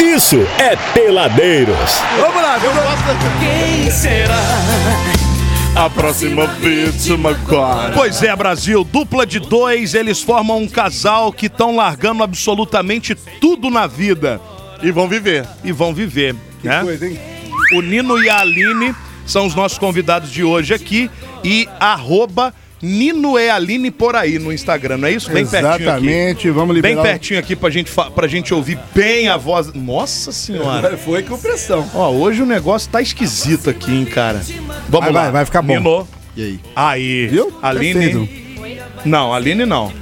isso é Peladeiros. Vamos lá, vamos lá. Quem será a próxima vítima agora? Pois é, Brasil, dupla de dois, eles formam um casal que estão largando absolutamente tudo na vida E vão viver. e vão viver, né? Coisa, hein? O Nino e a Aline são os nossos convidados de hoje aqui e arroba Nino e Aline por aí no Instagram, não é isso? Bem pertinho aqui. Exatamente, vamos Bem liberar. pertinho aqui pra gente, fa- pra gente ouvir bem a voz. Nossa senhora! Foi com pressão. Ó, hoje o negócio tá esquisito aqui, hein, cara. Vamos Vai, lá. vai, vai ficar bom. Nino. E aí? Aí. Viu? Aline. Perfeito. Não, Aline não.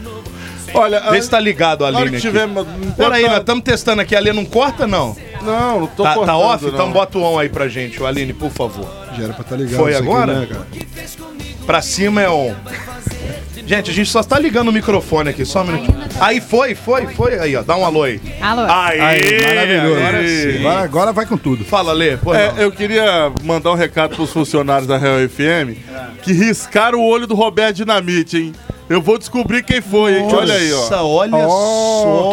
Olha, ah, Vê se tá ligado, a Ah, hora Aline. aqui. que tiver. não Peraí, corta- nós estamos testando aqui. A Aline não corta, não? Não, não tô tá, tá cortando, off? não. Então bota o on aí pra gente, o Aline, por favor. Já era pra estar ligado. Foi isso aqui, agora? né, cara? Pra cima é on. Gente, a gente só tá ligando o microfone aqui, só um minuto. Aí foi, foi, foi. Aí, ó, dá um alô aí. Alô? Aí, Aí, maravilhoso. Agora sim. Agora, agora vai com tudo. Fala, Lê. Pô, não. É, eu queria mandar um recado pros funcionários da Real FM que riscaram o olho do Roberto Dinamite, hein? Eu vou descobrir quem foi, hein? Olha aí, ó. Nossa, olha Oh,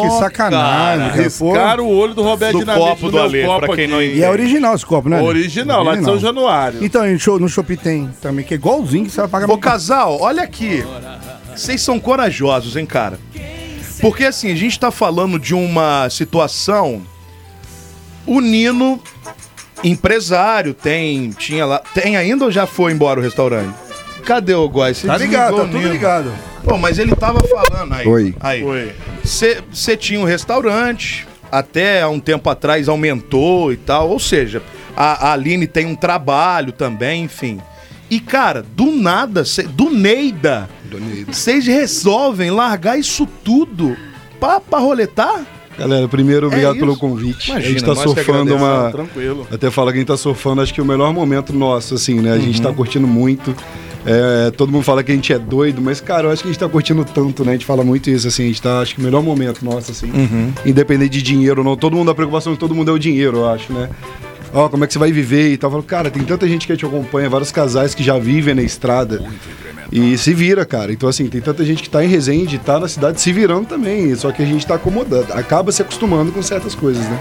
só. que sacanagem, cara. cara. Pô. Riscaram o olho do Roberto Do Dinamite copo do meu Alê, pra quem não E é original esse copo, né? Original, lá de São Januário. Então, em show- no Shopee tem também, que é igualzinho que você vai pagar Ô, casal, olha aqui. Vocês são corajosos, hein, cara? Porque assim, a gente tá falando de uma situação. O Nino, empresário, tem. Tinha lá. Tem ainda ou já foi embora o restaurante? Cadê o Gói? Você Tá desligou ligado, o tá tudo Nino. ligado. Pô, mas ele tava falando aí. Oi. Aí. Oi. Você tinha um restaurante, até há um tempo atrás aumentou e tal. Ou seja, a, a Aline tem um trabalho também, enfim. E, cara, do nada, cê, do Neida, vocês resolvem largar isso tudo pra, pra roletar? Galera, primeiro, obrigado É isso. pelo convite. a Imagina, gente tá nós que surfando agradecemos, uma. tranquilo. Até fala quem tá surfando, acho que o melhor momento nosso, assim, né? A gente tá curtindo muito. É, todo mundo fala que a gente é doido, mas, cara, eu acho que a gente tá curtindo tanto, né? A gente fala muito isso, assim, a gente tá, acho que o melhor momento nosso, assim. Independente de dinheiro ou não. Todo mundo, a preocupação de todo mundo é o dinheiro, eu acho, né? Ó, como é que você vai viver e tal? Eu falo, cara, tem tanta gente que te acompanha, vários casais que já vivem na estrada. E se vira, cara. Então, assim, tem tanta gente que tá em Resende, tá na cidade se virando também. Só que a gente tá acomodando. Acaba se acostumando com certas coisas, né?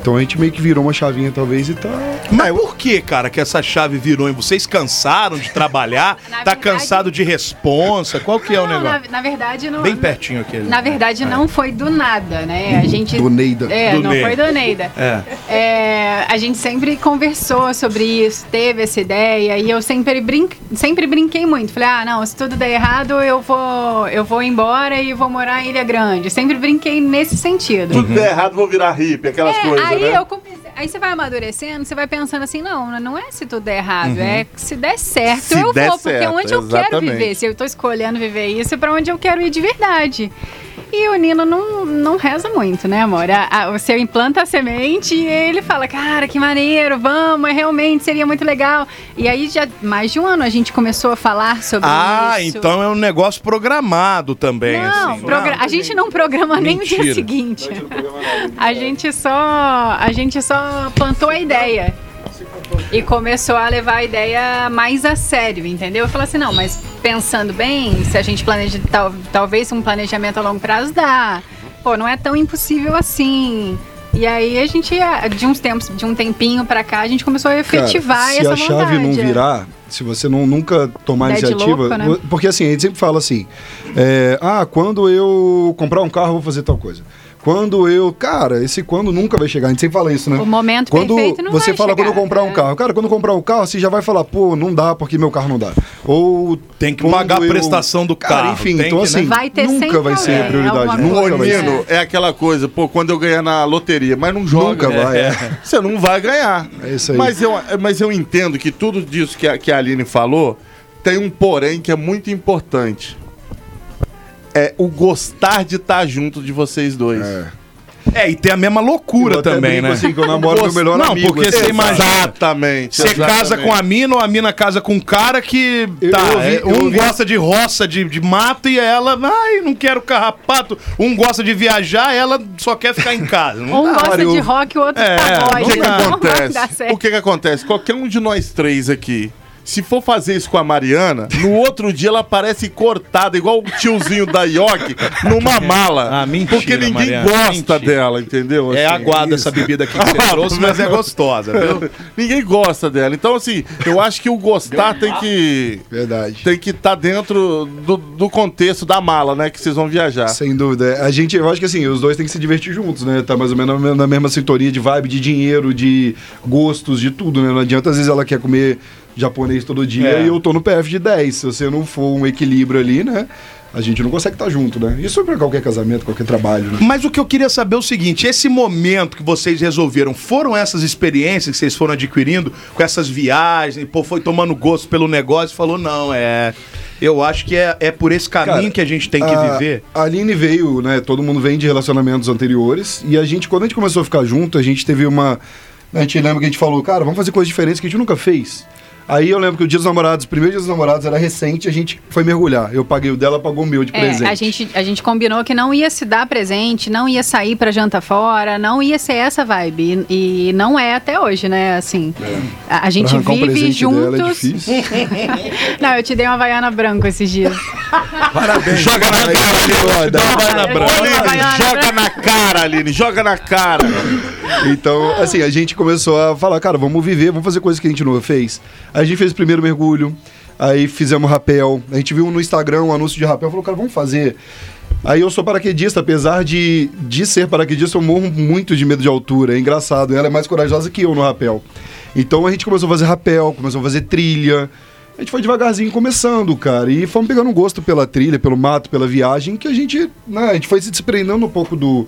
Então a gente meio que virou uma chavinha, talvez, e tá. Mas por que, cara, que essa chave virou em vocês? Cansaram de trabalhar? Na tá verdade- cansado de responsa? Qual que é o Não, negócio? na, na verdade, não. Bem pertinho aqui. né? Na verdade, não foi do nada, né? A gente. Do Neida. É, Do não Neida. foi do Neida. É. É, a gente sempre conversou sobre isso, teve essa ideia, e eu sempre, brin sempre brinquei muito. Falei, ah, não, se tudo der errado, eu vou, eu vou embora e vou morar em Ilha Grande. Sempre brinquei nesse sentido. Uhum. Tudo der errado, vou virar hippie, aquelas É, coisas, aí né? eu comecei- Aí você vai amadurecendo, você vai pensando assim, não, não é se tudo der errado, é que se der certo, Uhum. Se eu der vou, porque certo, onde eu quero exatamente. viver, se eu tô escolhendo viver isso, é pra onde eu quero ir de verdade. E o Nino não, não reza muito, né, amor? A- a- você implanta a semente e ele fala, cara, que maneiro, vamos, é realmente seria muito legal. E aí, já mais de um ano, a gente começou a falar sobre Ah, isso. então é um negócio programado também, Não, assim. progra- a gente não programa nem o Mentira. dia seguinte. A gente só, a gente só plantou a ideia. E começou a levar a ideia mais a sério, entendeu? Eu falei assim, não, mas pensando bem, se a gente planeja, tal- talvez um planejamento a longo prazo dá. Pô, não é tão impossível assim. E aí a gente, ah, de uns tempos, de um tempinho pra cá, a gente começou a efetivar Cara, se essa a chave vontade. não virar, se você não, nunca tomar Ideia de iniciativa. louco, né? Porque assim, a gente sempre fala assim: é, ah, quando eu comprar um carro, eu vou fazer tal coisa. Quando eu. Cara, esse quando nunca vai chegar. A gente sempre fala isso, né? O momento quando perfeito não Você vai fala chegar, quando eu comprar um né? carro. Cara, quando eu comprar um carro, você já vai falar, pô, não dá porque meu carro não dá. Ou. Tem que quando pagar a eu- prestação do Cara, carro, Enfim, tem então que, né? assim. Vai ter sempre nunca vai ser a alguém, prioridade. alguma Nunca O coisa. assim. vai ser. Nino é aquela coisa, pô, quando eu ganhar na loteria, mas não joga. Nunca vai, é. né? Você não vai ganhar. É isso aí. Mas eu, mas eu entendo que tudo disso que a, que a Aline falou tem um porém que é muito importante. É o gostar de estar junto de vocês dois. É, e tem a mesma Eu loucura até também, brinco né? assim que eu namoro meu melhor não, amigo, porque assim, você sabe? imagina. Exatamente. Você casa exatamente. com a mina ou a mina casa com um cara que. Eu- tá, eu ouvi- é, eu um ouvi- gosta de roça, de, de mato e ela. Ai, não quero carrapato. Um gosta de viajar, ela só quer ficar em casa. Não Um dá. gosta eu- de rock e o outro É, de pagode. O que, que Não vai dar acontece? certo. O que, que acontece? Qualquer um de nós três aqui Se for fazer isso com a Mariana, no outro dia ela parece cortada, igual o tiozinho da York, numa mala. Ah, mentira, porque ninguém Mariana, gosta mentira. dela, entendeu? É Assim, aguada essa bebida aqui que você trouxe, mas é gostosa, viu? Ninguém gosta dela. Então, assim, eu acho que o gostar tem que. Verdade. Tem que estar dentro do, do contexto da mala, né? Que vocês vão viajar. Sem dúvida. A gente, eu acho que assim, os dois têm que se divertir juntos, né? Tá mais ou menos na- na mesma sintonia de vibe, de dinheiro, de gostos, de tudo, né? Não adianta, às vezes ela quer comer japonês todo dia É. e eu tô no PF de 10. Se você não for um equilíbrio ali, né? A gente não consegue estar junto, né? Isso é pra qualquer casamento, qualquer trabalho, né? Mas o que eu queria saber é o seguinte: esse momento que vocês resolveram, foram essas experiências que vocês foram adquirindo com essas viagens, pô, foi tomando gosto pelo negócio e falou: não, é. Eu acho que é, é por esse caminho Cara, ah, que a gente tem que a- viver. A Aline veio, né? Todo mundo vem de relacionamentos anteriores. E a gente, quando a gente começou a ficar junto, a gente teve uma. A gente lembra que a gente falou, cara, vamos fazer coisas diferentes que a gente nunca fez. Aí eu lembro que o Dia dos Namorados, o primeiro Dia dos Namorados era recente, a gente foi mergulhar. Eu paguei o dela, pagou o meu de presente. É, a gente, a gente combinou que não ia se dar presente, não ia sair pra janta fora, não ia ser essa vibe. E, e não é até hoje, né? Assim, a, a Pra gente arrancar um vive presente juntos. dela é difícil. Não, eu te dei uma vaiana branca esses dias. Joga na cara, Aline. Dá uma na Vai, vai, vai, né? vai, Aline, Joga vai. na cara, Aline. Joga na cara. Então, assim, a gente começou a falar, cara, vamos viver, vamos fazer coisas que a gente nunca fez. Aí a gente fez o primeiro mergulho, aí fizemos rapel. A gente viu no Instagram um anúncio de rapel, falou, cara, vamos fazer. Aí eu sou paraquedista, apesar de, de ser paraquedista, eu morro muito de medo de altura. É engraçado, ela é mais corajosa que eu no rapel. Então a gente começou a fazer rapel, começou a fazer trilha. A gente foi devagarzinho começando, cara. E fomos pegando um gosto pela trilha, pelo mato, pela viagem, que a gente, né, a gente foi se desprendendo um pouco do,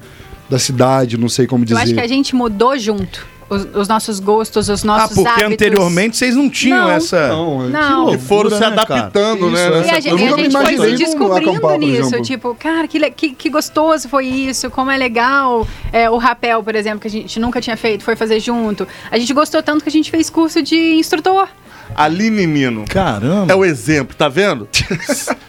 da cidade, não sei como Eu dizer. acho que a gente mudou junto. Os, os nossos gostos, os Ah, nossos porque hábitos. anteriormente vocês não tinham Não. essa. Não, Não. E foram Loucura, se né, cara? adaptando, né? Isso, nessa- E a gente, Eu e a nunca me gente foi imaginei se num descobrindo acampar, por nisso. exemplo. Tipo, cara, que, le- que, que gostoso foi isso, como é legal. É, o rapel, por exemplo, que a gente nunca tinha feito, foi fazer junto. A gente gostou tanto que a gente fez curso de instrutor. Aline Nino. Caramba. É o exemplo, tá vendo?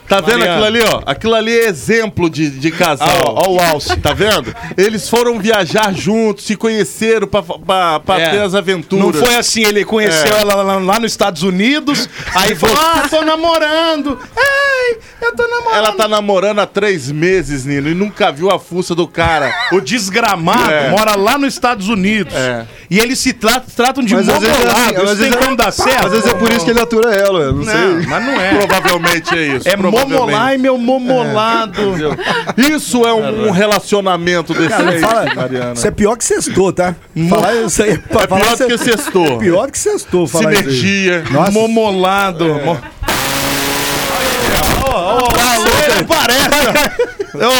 Tá vendo aquilo ali, ó? Aquilo ali é exemplo de, de casal. Ah, ó. ó, o Alce, tá vendo? Eles foram viajar juntos, se conheceram pra, pra, pra É. ter as Não aventuras. foi assim, ele conheceu É. ela lá, lá nos Estados Unidos, aí falou: Ah, tô namorando! Ei, eu tô namorando! Ela tá namorando há três meses, Nino, e nunca viu a fuça do cara. O desgramado É. mora lá nos Estados Unidos. É. E eles se tra- tratam de Mas às vezes é mobolado. assim, Isso às tem vezes é- como dar certo? Às vezes é por isso que ele atura ela, eu não, Não, sei. mas não é. Provavelmente é isso. É provavelmente. momolar e meu É. momolado. Isso é um, um relacionamento desse Cara, jeito, fala, Mariana. isso é pior que sextou, tá? Falar isso aí, pra É falar pior do que sextou. Pior que sextou, falar isso aí. Sinergia. Nossa. Momolado. É. Mo- Tá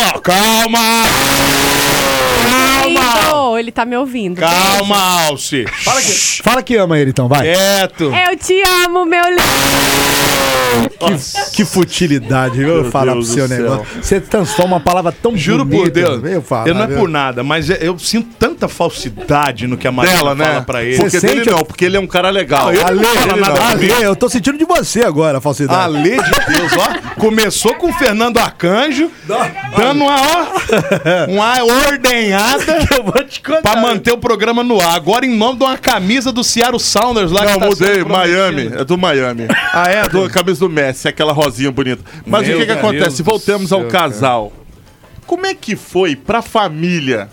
Ó, calma! Então, ele tá me ouvindo. Calma, Alce. Fala que, fala que ama ele então, É, vai. Quieto. Eu te amo, meu lindo. Que, que futilidade, viu? Eu falar Deus pro seu do negócio. Você transforma uma palavra tão Juro bonita. por Deus. Eu falo. eu não é por nada, mas eu- eu sinto tanta falsidade no que a Mariana Dela, fala né? pra ele. Porque Você dele sente- não, porque ele é um cara legal. eu não Ale, fala nada Ale, eu tô sentindo de você agora a falsidade. Ale de Deus, ó. Começou com o Fernando Arcanjo, dando uma, ó, uma ordenhada Eu vou te contar. pra manter o programa no ar. Agora em nome de uma camisa do Seattle Sounders lá Não, que tá mudei, sendo prometida. Miami. É do Miami. Ah, é? do, camisa do Messi, aquela rosinha bonita. Mas Meu o que, que Deus acontece? do Voltamos ao céu, casal. Como é que foi pra família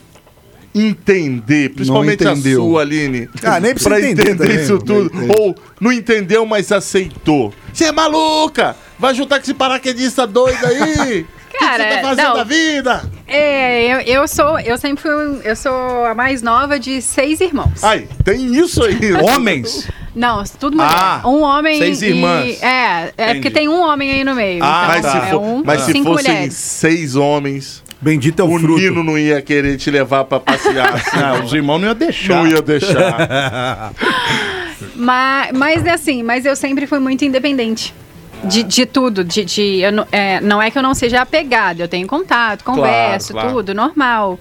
entender, principalmente a entendeu. sua, Aline? Ah, nem precisa pra entender entender, também, isso não tudo. Ou não entendeu, mas aceitou. Você é maluca! Vai juntar com esse paraquedista doido aí! O que Cara, você tá fazendo não. da vida? É, eu, eu sou, eu sempre fui, um- eu sou a mais nova de seis irmãos. Ai, tem isso aí. né? Homens? Não, tudo mulher. Ah, um homem seis e- irmãs. É, é porque tem um homem aí no meio. Ah, então, mas se, é for- um, mas se cinco fossem mulheres. seis homens, Bendito é o, o fruto. Nino não ia querer te levar pra passear. assim, Ah, os irmãos não iam deixar. não ia deixar. Mas, mas é assim, mas eu sempre fui muito independente. De, de tudo, de, de- eu não, é, não é que eu não seja apegada, eu tenho contato, converso, claro. tudo, normal.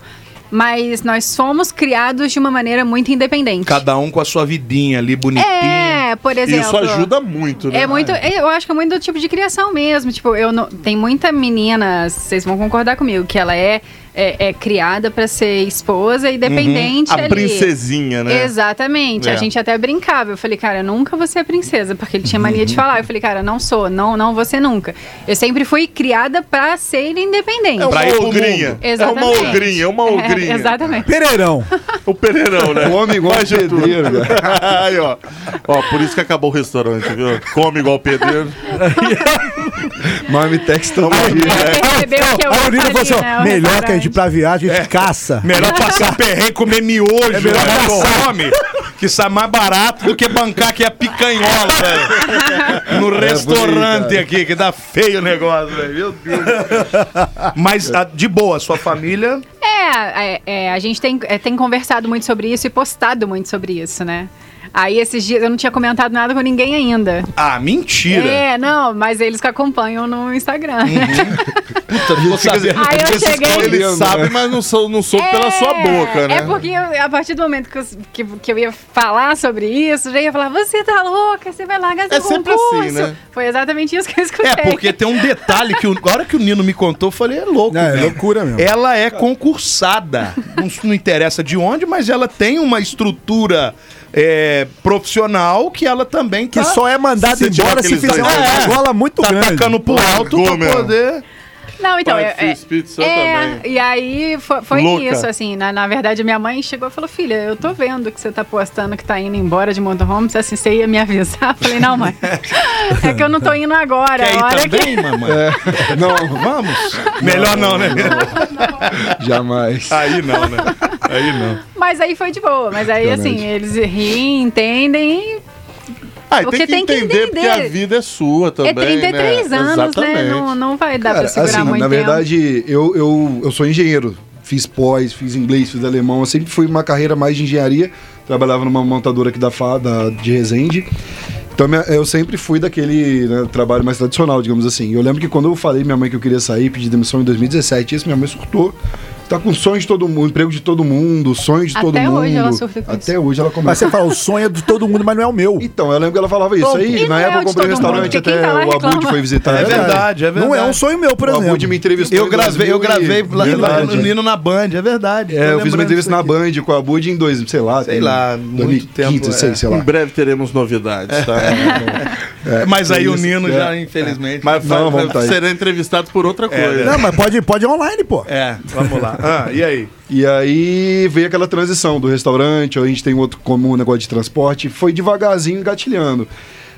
Mas nós somos criados de uma maneira muito independente. Cada um com a sua vidinha ali, bonitinha. é, É, por E exemplo. Isso ajuda muito, né? É muito, eu acho que é muito do tipo de criação mesmo. Tipo, eu não, tem muita menina, vocês vão concordar comigo, que ela é, é, é criada pra ser esposa e dependente Uhum. A ali. princesinha, né? Exatamente. É. A gente até brincava. Eu falei, cara, eu nunca vou ser a princesa, porque ele tinha mania de falar. Eu falei, cara, não sou, não, não vou ser nunca. Eu sempre fui criada pra ser independente. É uma ir pro ogrinha. mundo. É uma Exatamente. ogrinha, é uma É, ogrinha. exatamente. Pereirão. O Pereirão, né? Come igual Faz de tudo. pedreiro, velho. Aí, ó. Ó, por isso que acabou o restaurante, viu? Come igual pedreiro. Marmitex também. É. Ela percebeu que eu a Aurina falou assim: fazia, ó, né, o melhor que a gente ir restaurante. pra viagem, É. a gente caça. Melhor passar perrengue, comer miojo, é melhor fome, que sai mais barato do que bancar aqui a picanhola, velho. No restaurante bonito, aqui, que dá feio o negócio, velho. Meu Deus. Mas ah, de boa, sua família. É, é, é, a gente tem, é, tem conversado muito sobre isso e postado muito sobre isso, né? Aí esses dias eu não tinha comentado nada com ninguém ainda. Ah, mentira. É, não, mas eles que acompanham no Instagram. Uhum. Aí eu cheguei. Ele sabe, mas não sou, não sou pela sua boca, né? É porque eu- a partir do momento que eu, que, que eu ia falar sobre isso, já ia falar: você tá louca, você vai largar seu É sempre concurso. assim, né? Foi exatamente isso que eu escutei. É, porque tem um detalhe que o, a hora que o Nino me contou, eu falei, é louco. É, é velho. loucura mesmo. Ela é concursada. não, não interessa de onde, mas ela tem uma estrutura é, profissional que ela também Que tá, só é mandado Se tiver embora se aqueles fizer uma dois- É. gola muito tá grande. tacando pro alto Largou pra mesmo. poder. Não, então, Pai, é, Filho, é- Espírito Santo é, também. e aí fo- foi, Louca. isso, assim, na, na verdade minha mãe chegou e falou, filha, eu tô vendo que você tá postando que tá indo embora de motorhome, você, assim, você ia me avisar? Eu falei, não mãe, é que eu não tô indo agora, Quer a ir hora que... também, mamãe? né? Não, Vamos? Melhor não, né? jamais. Aí não, né? Aí não. Mas aí foi de boa, mas aí assim, eles riem, entendem, Ah, e Porque tem que tem é, que entender, porque entender. a vida é sua também, é 33 né? anos, né, Exatamente. não, não vai dar Cara, pra segurar assim, muito na tempo. verdade, eu, eu, eu sou engenheiro. Fiz pós, fiz englês, fiz alemão. Eu sempre fui uma carreira mais de engenharia. Trabalhava numa montadora aqui da, Fa- da de Resende. Então minha- eu sempre fui daquele né, trabalho mais tradicional, digamos assim. Eu lembro que quando eu falei pra minha mãe que eu queria sair, pedi demissão em 2017, isso minha mãe surtou. Tá com sonho de todo mundo, emprego de todo mundo, sonho de Até todo mundo. hoje ela surta com Até isso. hoje ela começa. Mas você fala, o sonho é de todo mundo, mas não é o meu. Então, eu lembro que ela falava isso. Bom, Aí, e na não é época o eu de comprei um todo mundo, restaurante, porque quem até tá lá o Abud reclama. foi visitar. né? É verdade, é verdade. Não é um sonho meu, por O exemplo. Abud me entrevistou. Eu em gravei, eu 2000 e- gravei lá, lá no Verdade. Nino na Band, é verdade. É, tô eu fiz uma lembrando entrevista disso na aqui. Band com a Bud em dois, sei lá. Sei tem lá, muito 2015, tempo, 16, é. sei Em lá. breve teremos novidades, tá? Mas aí o Isso, Nino é. já, infelizmente. Mas Não, vai- vamos tá aí. será entrevistado por outra coisa. Não, mas pode, pode online, pô. É, vamos lá. Ah, e aí? E aí veio aquela transição do restaurante, a gente tem um outro comum negócio de transporte, foi devagarzinho engatilhando.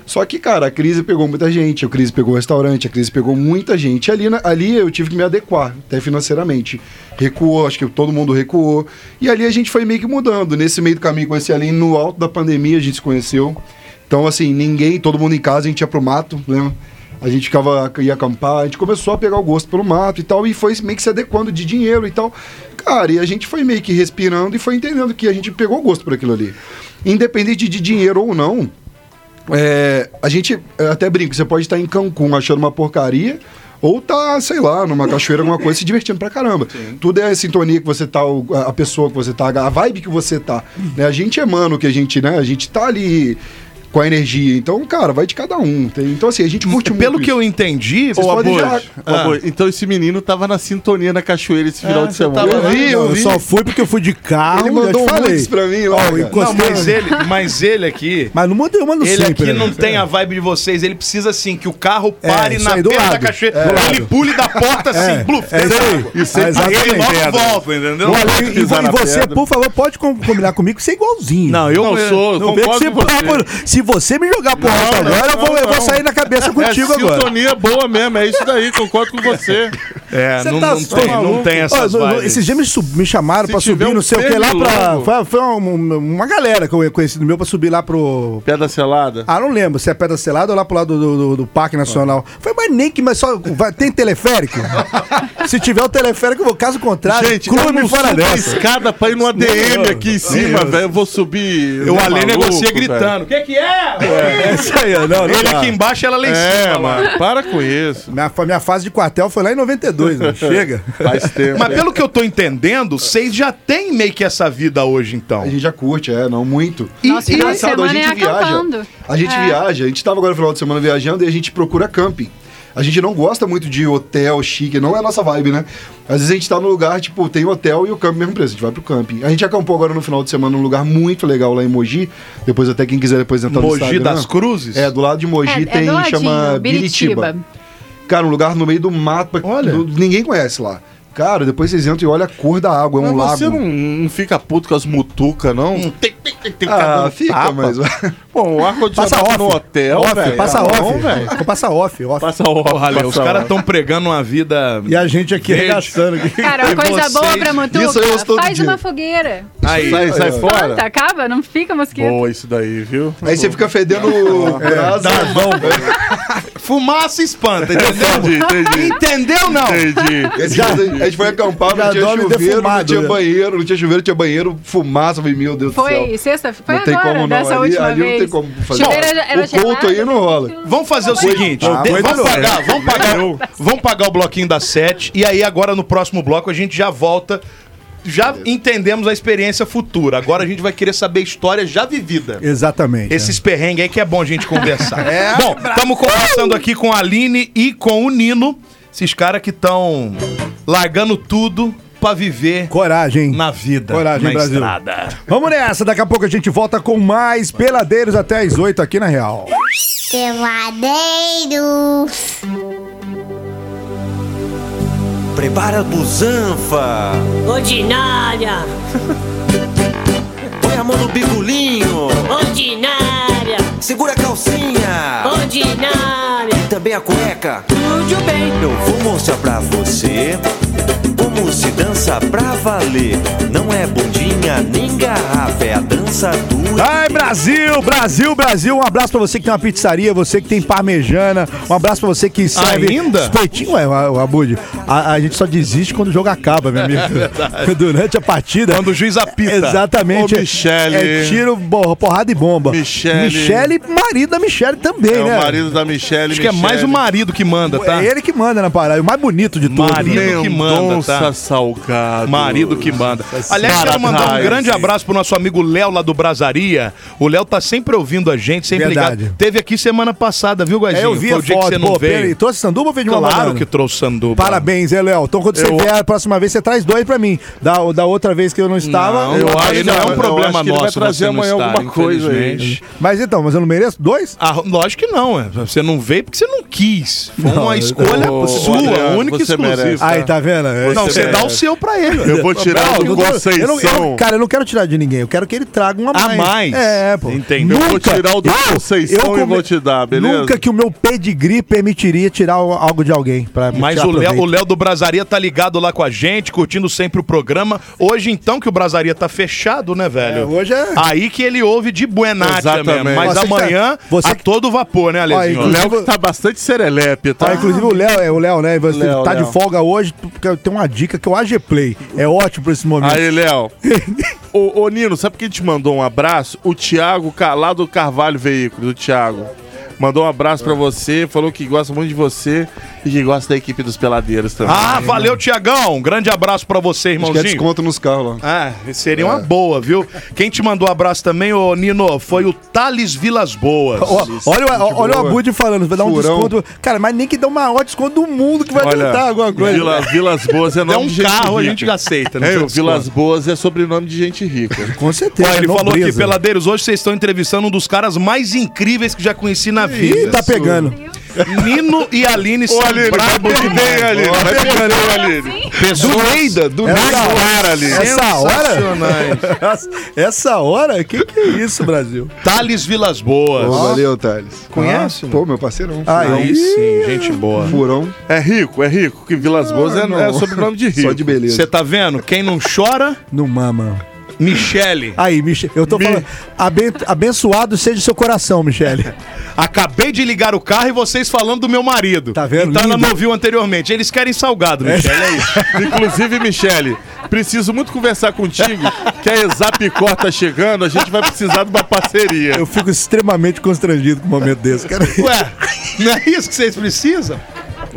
Só que, cara, a crise pegou muita gente, a crise pegou o restaurante, a crise pegou muita gente. E Ali, na- ali eu tive que me adequar, até financeiramente. Recuou, acho que todo mundo recuou. E ali a gente foi meio que mudando. Nesse meio do caminho, conheci ali no alto da pandemia, a gente se conheceu. Então, assim, ninguém, todo mundo em casa, a gente ia pro mato, né? A gente ficava, ia acampar, a gente começou a pegar o gosto pelo mato e tal, e foi meio que se adequando de dinheiro e tal. Cara, e a gente foi meio que respirando e foi entendendo que a gente pegou gosto por aquilo ali. Independente de dinheiro ou não, é, a gente eu até brinca, você pode estar em Cancún achando uma porcaria ou tá, sei lá, numa cachoeira, alguma coisa, se divertindo pra caramba. Tudo é a sintonia que você tá, o- a a pessoa que você tá, a vibe que você tá. Né? A gente emana o que a gente, né? A gente tá ali com a energia. Então, cara, vai de cada um. Tem- Então, assim, a gente curte muito. Pelo que isso. eu entendi, Vocês ô Abud, podem já- Ô, amor, Então esse menino tava na sintonia na cachoeira esse final de semana. tava- eu vi, Não, eu vi. só fui porque eu fui de carro. Ele já te mandou um falei. nudes pra mim lá, Ó, cara. eu Não, encostei- mas ele, mas ele aqui. Mas não manda, eu mando Ele sempre. aqui não né? tem a vibe de vocês, ele precisa assim que o carro É, pare isso na aí, do beira da lado. cachoeira, É, do ele pule da porta assim, É, bluf, é isso entendeu? aí. e você É, exatamente. aí ele logo Pedra. volta, entendeu? Não, e- e, pisar e na você, pedra. por favor, pode com- combinar comigo que você é igualzinho. Não, eu Não sou, eu Não vem concordo com com esse você. papo. Se você me jogar por alto agora, eu, vou, eu vou sair na cabeça contigo é agora. sintonia boa mesmo, é isso daí, concordo com você. É, Você não, tá não tem, maluco? não tem essas Ó, no- no- vibes. Esses dias me, sub- me chamaram Se pra tiver subir, um não sei o que lá pra. pernilongo. Foi, foi uma, uma galera que eu conheci do meu pra subir lá pro. Pedra selada. Ah, não lembro se é Pedra Selada ou lá pro lado do, do- do Parque Nacional. Foi, mas nem que, mas só. vai- tem teleférico? se tiver o teleférico, eu vou, caso contrário, Gente, eu clube não é fora subo a dessa. escada pra ir no ADM Meu aqui em cima, velho. Eu vou subir. Eu Você é além maluco, negocia velho. gritando. O que, que é? É isso aí, ó, não, não Ele dá. aqui embaixo, ela lá em É, cima. lá. mano, para com isso. Minha, fa- minha fase de quartel foi lá em 92, mano. né? Chega. Faz tempo. Mas pelo que eu tô entendendo, vocês já têm meio que essa vida hoje, então. A gente já curte, é, não muito. Nosso final de semana é acampando. A gente É. viaja, a gente tava agora no final de semana viajando e a gente procura camping. A gente não gosta muito de hotel chique, não é a nossa vibe, né? Às vezes a gente tá num lugar, tipo, tem hotel e o camping mesmo preço, a gente vai pro camping. A gente acampou agora no final de semana num lugar muito legal lá em Mogi. Depois até quem quiser depois entrar tá no Mogi Instagram. das Cruzes? É, do lado de Mogi É- é tem, do ladinho, chama Biritiba. Biritiba. Cara, um lugar no meio do mato, pra- Olha. do- ninguém conhece lá. Cara, depois vocês entram e olha a cor da água, é um Mas você lago. não, não fica puto com as mutucas, não? Tem, tem, tem, tem Ah, dando fica, tapa. mas- Pô, o Passa ar-condicionado off. no hotel, off, velho. passa tá off. bom, velho. Vou passar off, off. Passa off. Porra, Léo, os passa caras off. estão pregando uma vida. E a gente aqui Verde. arregaçando aqui. Cara, E uma coisa vocês? boa pra Mutuca, é Isso eu ouço todo faz dia. uma fogueira. Aí. Sai, sai fora. Planta, acaba, não fica mosquito. Boa isso daí, viu? Aí você fica fedendo É. brasa. Fumaça espanta, Entendi, entendeu? entendi. Entendeu, não? Então. Entendi. É, Esse dia a gente foi Já acampar, não tinha dorme chuveiro, não defumado, tinha né? banheiro, não tinha chuveiro, tinha banheiro, fumaça, falei, meu Deus do céu. Foi sexta, foi Não tem agora, como não, dessa ali- última ali não vez. tem como fazer. Chuveira Bom, era- era o ponto aí gelada. não rola. Vamos fazer o seguinte, Ah, de- foi vamos não, pagar, é. vamos pagar, vamos pagar o bloquinho das sete e aí agora no próximo bloco a gente já volta. Já entendemos a experiência futura. Agora a gente vai querer saber a história já vivida. Exatamente. Esses perrengues aí que é bom a gente conversar. Bom, estamos conversando aqui com a Aline e com o Nino, esses caras que estão largando tudo pra viver é. Coragem. na vida, Coragem, na Brasil. estrada. Vamos nessa, daqui a pouco a gente volta com mais peladeiros até as 8 aqui na Real. Peladeiros. Prepara a busanfa, Ordinária, põe a mão no bigolinho, ordinária, segura a calcinha ordinária. e também a cueca. Tudo bem. Eu vou mostrar pra você como se dança pra valer. Não é bundinha nem garrafa, é a dança do. Ai, Brasil, Brasil, Brasil. Um abraço pra você que tem uma pizzaria, você que tem parmejana. Um abraço pra você que serve. Ah, Ainda? Espetinho, ué, o Abud. A, a gente só desiste quando o jogo acaba, meu amigo. Durante a partida. É Quando o juiz apita. Exatamente. Ô, Michele. É tiro, bo- porrada e bomba. Michele. Michele, marido da Michele também, É né? o marido da Michelle. Acho que é mais o marido que manda, tá? É ele que manda na parada. O mais bonito de todos. Marido né? que manda, tá? Mendonça Salgado. Marido que manda. Aliás, quero Maravilha. mandar um grande Sim. abraço pro nosso amigo Léo lá do Brasaria. O Léo tá sempre ouvindo a gente, sempre Verdade. ligado. Teve aqui semana passada, viu, Guazinho? É, eu vi Foi a o dia que foto. você não Pô, peraí, veio. trouxe sanduba ou veio de uma Claro banana? que trouxe sanduba. Parabéns, é, Léo. Então, quando você Eu- vier a próxima vez, você traz dois pra mim. Da, da outra vez que eu não estava. Não, eu- eu acho que que não é não, um eu problema acho que ele nosso. vai trazer você não amanhã estar, alguma coisa aí. infelizmente. Mas então, mas eu não mereço dois? Ah, lógico que não, é. você não veio porque você não quis. Foi Não, uma eu- escolha Ô, sua, Adriano, única e você exclusiva. merece. Aí, tá vendo? É- Não, Você um você dá o merece. seu pra ele. Eu vou tirar o do Conceição. eu não- eu não- cara, eu não quero tirar de ninguém. Eu quero que ele traga uma A mais. É, pô. Entendeu? Eu vou tirar o do Conceição eu e vou te dar, beleza? Nunca que o meu pedigree permitiria tirar o- algo de alguém. Pra me Mas tirar o Léo, proveito. o Léo do Brasaria tá ligado lá com a gente, curtindo sempre o programa. Hoje, então, que o Brasaria tá fechado, né, velho? É, hoje é- Aí que ele ouve de Buenátia Exatamente. mesmo. Mas Você que tá- amanhã, você a que- todo vapor, né, Alezinho? Ó, O Léo que tá bastante serelepe, tá? Ah, inclusive o Léo, é, o Léo, né? Você Léo, tá Léo. de folga hoje, porque eu tenho uma dica que é o AG Play. É ótimo pra esse momento. Aí, Léo. ô, ô, Nino, sabe quem te mandou um abraço? O Thiago, ca- lá do Carvalho Veículos, o Thiago. Mandou um abraço pra você, falou que gosta muito de você e que gosta da equipe dos peladeiros também. Ah, valeu, Tiagão. Um grande abraço pra você, Acho que é irmãozinho. desconto nos carros lá. Ah, seria É. uma boa, viu? Quem te mandou abraço também, ô Nino, foi o Thales Vilas Boas. Ó, olha, o- ó, olha o boa. Abud falando, vai dar um Furão. desconto. Cara, mas nem que dê o maior desconto do mundo que vai Olha, tentar alguma coisa. Vila- Vilas Boas é Dá nome um de gente carro, a rica. gente né? aceita. não É, o precisa Vilas Boas é sobrenome de gente rica. Com certeza. Ó, ele falou nobreza. aqui, peladeiros, hoje vocês estão entrevistando um dos caras mais incríveis que já conheci na Ih, vida. tá pegando. Nino e Aline são brabos demais. Aline. Vai pegando, Sim. Pessoas- do Essa hora, essa Sensacionais. hora, essa hora, que que é isso, Brasil? Thales Vilas Boas. Pô, valeu, Thales. Conhece, Ah, Pô, meu parceirão. Aí sim, gente boa. Um Furão, É rico, é Ah, rico, que Vilas Boas é, é sobrenome de rico. só de beleza. Você tá vendo? Quem não chora, Não mama. Michele. Aí, Michele, eu tô Mi- falando. aben- abençoado seja o seu coração, Michele. Acabei de ligar o carro e vocês falando do meu marido. Tá vendo? Então ela Lindo. não ouviu anteriormente. Eles querem salgado, Michele. É isso. Inclusive, Michele, preciso muito conversar contigo, que a Exapicor tá chegando, a gente vai precisar de uma parceria. Eu fico extremamente constrangido com um momento desse, cara. Ué, não é isso que vocês precisam?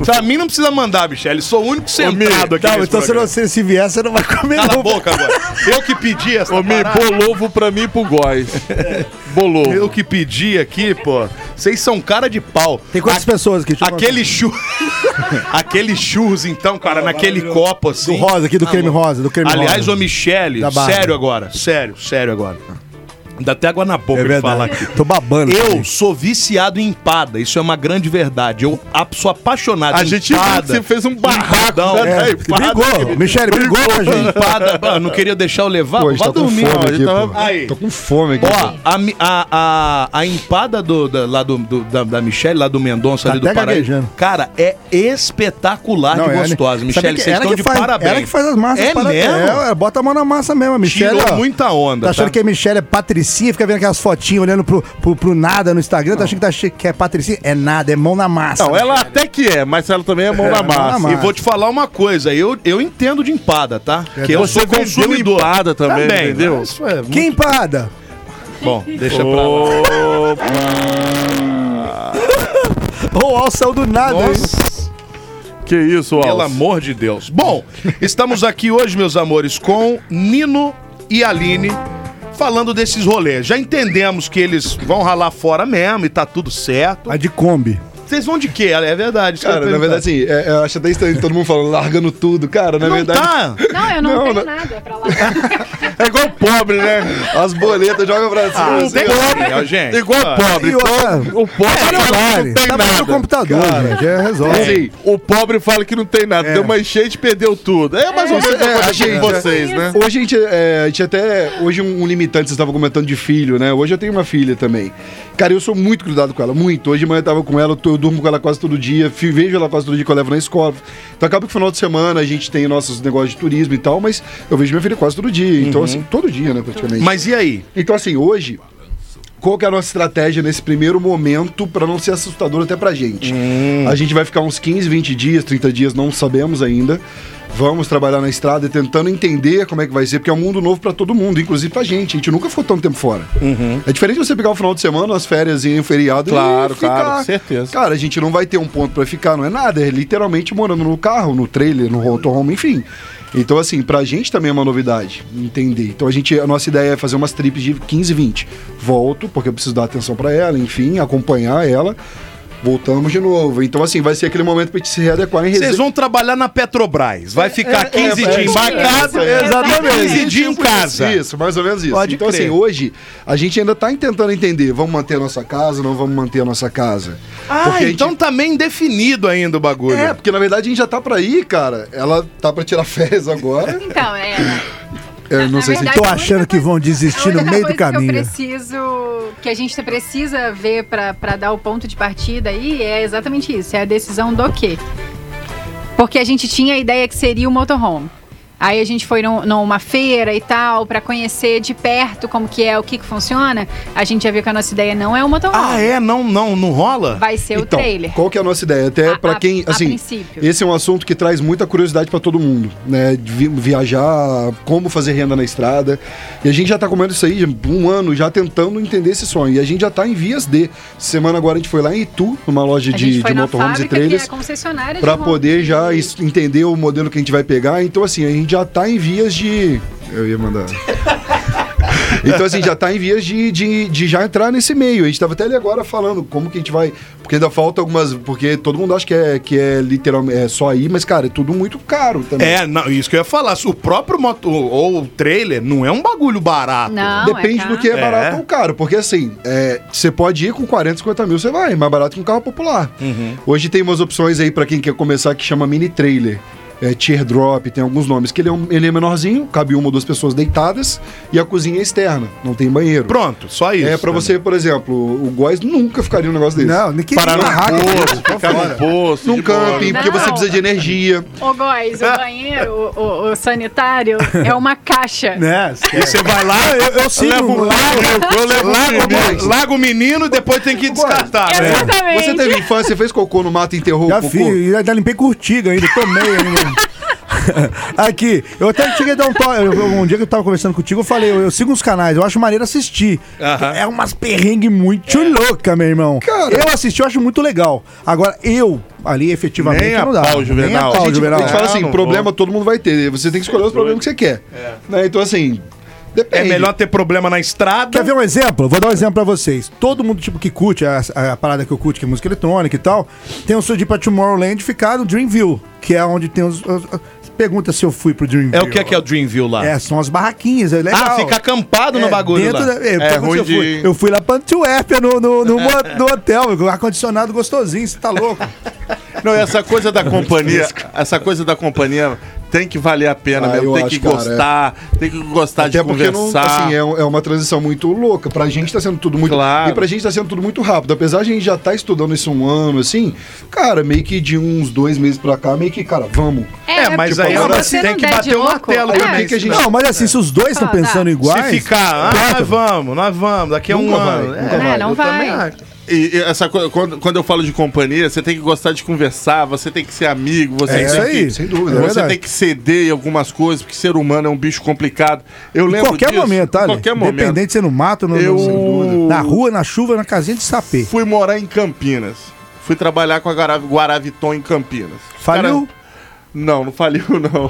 Pra mim não precisa mandar, Michele. Sou o único sentado aqui. Tá, nesse então se, programa. você, se vier, você não vai comer, Cala não. a boca agora. Eu que pedi essa Ô, Mi, parada. bolovo pra mim e pro Góis. Bolovo. Eu que pedi aqui, pô. Vocês são cara de pau. Tem quantas pessoas aqui? Deixa eu um Aquele churros. Aquele churros, então, cara, naquele copo assim. Ah, Do rosa aqui, do creme rosa, do creme Aliás, rosa. ô Michele, Da barba. sério agora. Sério, sério agora. Dá até água na boca É de falar verdade. aqui. Tô babando. Eu cara. sou viciado em empada, isso é uma grande verdade. Eu a- sou apaixonado A em gente viu que empada. você fez um barraco. Empadão. né? É, brigou, Michele, brigou com a gente. Empada, bah, não queria deixar eu levar, Pô, a pô, gente vai tá com dormir. fome ó, aqui, eu tava- pô. Aí. Tô com fome aqui. Ó, a, mi- a, a, a empada do, da, lá do, do- da, da Michelle, lá do Mendonça, Tá ali do até Pará. gaguejando. Cara, é espetacular Não, de ela- Ah, gostosa. sabe Michelle, que vocês ela estão que de faz- parabéns. Ela que faz as massas. É para- mesmo? É, ué, bota a mão na massa mesmo, a Michelle. Tirou ó, muita onda, Tá achando tá? que a Michelle é Patricinha, fica vendo aquelas fotinhas olhando pro, pro, pro nada no Instagram, tá achando que, tá, che- que é Patricinha? É nada, é mão na massa. Não, ela até que é, mas ela também é mão na mão na massa. massa. E vou te falar uma coisa, eu, eu entendo de empada, tá? É Que eu Você sou vendeu consumidor. empada também, né? entendeu? Isso é muito- Que empada! Bom, deixa pra lá. Ô, Ou ao céu do nada, hein? que isso, Alce. Pelo amor de Deus. Bom, estamos aqui hoje, meus amores, com Nino e Aline falando desses rolês. Já entendemos que eles vão ralar fora mesmo e tá tudo certo. A de Kombi. Vocês vão de quê? É verdade. isso que eu Cara, ia na verdade, assim, é- eu acho até estranho todo mundo falando, largando tudo. Cara, na perguntar. verdade, não tá. Não, eu não, Não, tenho não. nada pra lá. É igual pobre, né? as boletas jogam pra cima. Ah, não assim, tem ó. como, ó, gente. Igual pobre. E outra, O É, pobre fala que não Vale, tem é tá no nada. computador, gente. É, resolve. Assim, o pobre fala que não tem É. nada. Deu uma enchente e perdeu tudo. É mais ou menos É, a a gente de gente- vocês, né? Hoje a gente, é, a gente até. Hoje um, um limitante, vocês estavam comentando de filho, né? Hoje eu tenho uma filha também. Cara, eu sou muito grudado com ela, muito. Hoje de manhã eu tava com ela, eu, tô- eu durmo com ela quase todo dia, fi- vejo ela quase todo dia que eu levo na escola. Então acaba que final de semana a gente tem nossos negócios de turismo e tal, mas eu vejo minha filha quase todo dia. Uhum. Então, assim, todo dia, né, praticamente. Mas e aí? Então, assim, hoje, qual que é a nossa estratégia nesse primeiro momento pra não ser assustador até pra gente? Hum. A gente vai ficar uns 15, 20 dias, 30 dias, não sabemos ainda. Vamos trabalhar na estrada e tentando entender como é que vai ser, porque é um mundo novo pra todo mundo, inclusive pra gente. A gente nunca ficou tanto tempo fora. É diferente você pegar o final de semana, as férias e um feriado Uhum. Claro, e ficar. claro, com certeza. Cara, a gente não vai ter um ponto pra ficar, não é nada. É literalmente morando no carro, no trailer, no motorhome, enfim. Então, assim, pra gente também é uma novidade, entender. Então, a gente, a nossa ideia é fazer umas trips de 15, 20. Volto, porque eu preciso dar atenção pra ela, enfim, acompanhar ela. Voltamos de novo. Então, assim, vai ser aquele momento pra gente se readequar em Vocês resenha. vão trabalhar na Petrobras. Vai ficar 15 é, dias é, embarcado. é, Exatamente. exatamente. 15 dias em Tipo casa. Isso, mais ou menos isso. Pode então, crer. assim, hoje a gente ainda tá tentando entender. Vamos manter a nossa casa, não vamos manter a nossa casa. Ah, Porque a gente- então tá meio indefinido ainda o bagulho. É, porque na verdade a gente já tá pra ir, cara. Ela tá pra tirar férias agora. Então, é. Eu não sei se. verdade, Tô a única achando que coisa- vão A desistir única no meio coisa do caminho. Que eu preciso, que a gente precisa ver pra pra dar o ponto de partida aí é exatamente isso, é a decisão do quê? Porque a gente tinha a ideia que seria o motorhome. Aí a gente foi num- numa feira e tal, pra conhecer de perto como que é, o que que funciona. A gente já viu que a nossa ideia não é o motorhome. Ah, é? Não, não, não rola? Vai ser o trailer. Qual que é a nossa ideia? Até A- pra a- quem, a assim, princípio. esse é um assunto que traz muita curiosidade pra todo mundo, né? De vi- viajar, como fazer renda na estrada. E a gente já tá comendo isso aí há um ano, já tentando entender esse sonho. E a gente já tá em vias de. Semana agora a gente foi lá em Itu, numa loja a gente de, foi de na motorhomes e fábrica, trailers. que é a concessionária Pra de poder moto. já es- entender o modelo que a gente vai pegar. Então, assim, a gente já tá em vias de. Eu ia mandar. Então, assim, já tá em vias de, de, de já entrar nesse meio. A gente tava até ali agora falando como que a gente vai. Porque ainda falta algumas. Porque todo mundo acha que é, que é literalmente é só aí, mas, cara, é tudo muito caro também. É, não, isso que eu ia falar. O próprio moto ou o trailer não é um bagulho barato. Não, Depende é do que é caro. barato É. ou caro. Porque assim, é, você pode ir com 40, 50 mil, você é Uhum. vai. Mais barato que um carro popular. Hoje tem umas opções aí pra quem quer começar que chama mini trailer. é, teardrop, tem alguns nomes, que ele é, um- ele é menorzinho, cabe uma ou duas pessoas deitadas, e a cozinha é externa, não tem banheiro. Pronto, só isso. É pra você, por exemplo, o Góis nunca ficaria um negócio desse. Não, ninguém Parar uma raca. num poço, ficar num poço. Num de boa. camping, porque Não. você precisa de energia. Ô, Góis, o banheiro, o, o- o sanitário é uma caixa. Né? E você vai lá, eu, eu sigo. Leva um lago, eu levo um menino. Lago o menino, depois tem que descartar. né? Exatamente. Você teve infância, fez cocô no mato, enterrou Já o cocô? fiz, e ainda limpei curtiga ainda, tomei ainda. Aqui, eu até cheguei a dar um toque. eu- Um dia que eu tava conversando contigo, eu falei, eu, eu sigo uns canais, eu acho maneiro assistir. Aham. É umas perrengues muito louca, meu irmão. Cara. Eu assisti, eu acho muito legal. Agora, eu, ali, efetivamente, Nem a eu não dá. pau, Juvenal. Nem a A pau, gente, Juvenal. a gente fala assim, Ah, não problema vou. É, todo mundo vai ter. Você tem que escolher os problemas que você quer. Né? Então, assim, É depende. melhor ter problema na estrada. Quer ver um exemplo? Vou dar um exemplo pra vocês. Todo mundo, tipo, que curte a, a parada que eu curto, que é música eletrônica e tal, tem um surgir pra Tomorrowland e ficar no Dreamville, que é onde tem os... os- os- pergunta se eu fui pro É Dreamville. o que é que é o Dreamville lá? É, são as barraquinhas, é legal. Ah, fica acampado no É, bagulho dentro lá. da- é, então, quando ruim eu, fui, de- eu fui lá pra Antuérpia no, no, no, mo- no hotel, com ar-condicionado gostosinho, você tá louco. É. Não, e essa coisa da companhia, essa coisa da companhia tem que valer a pena Ah, mesmo, eu tem acho, que cara, gostar, tem que gostar Até de porque não, conversar. assim, é, um- é uma transição muito louca. Pra gente tá sendo tudo muito. Claro. E pra gente tá sendo tudo muito rápido. Apesar de a gente já tá estudando isso um ano, assim, cara, meio que de uns dois meses pra cá, meio que, cara, vamos. É, mas tipo, porque aí se agora tipo, você tem não que der bater de o louco, martelo é. também, que a gente- Não, mas assim, se os dois estão Ah, pensando tá. iguais... Se ficar, É. ah, nós vamos, nós vamos, daqui a um Nunca ano. vai, É, nunca vai. É, não eu vai. também acho. E, e essa coisa, quando, quando eu falo de companhia, você tem que gostar de conversar, você tem que ser amigo, você É tem isso que- aí, sem dúvida, é Você verdade. tem que ceder em algumas coisas, porque ser humano é um bicho complicado. Eu Em lembro qualquer disso, momento, tá? Em Ale? um qualquer momento. Independente de ser no mato, no, no- Eu- sem dúvida. na rua, na chuva, na casinha de sapê. Fui morar em Campinas. Fui trabalhar com a Guara- Guaraviton em Campinas. Os Faliu? caras- Não, não faliu, não.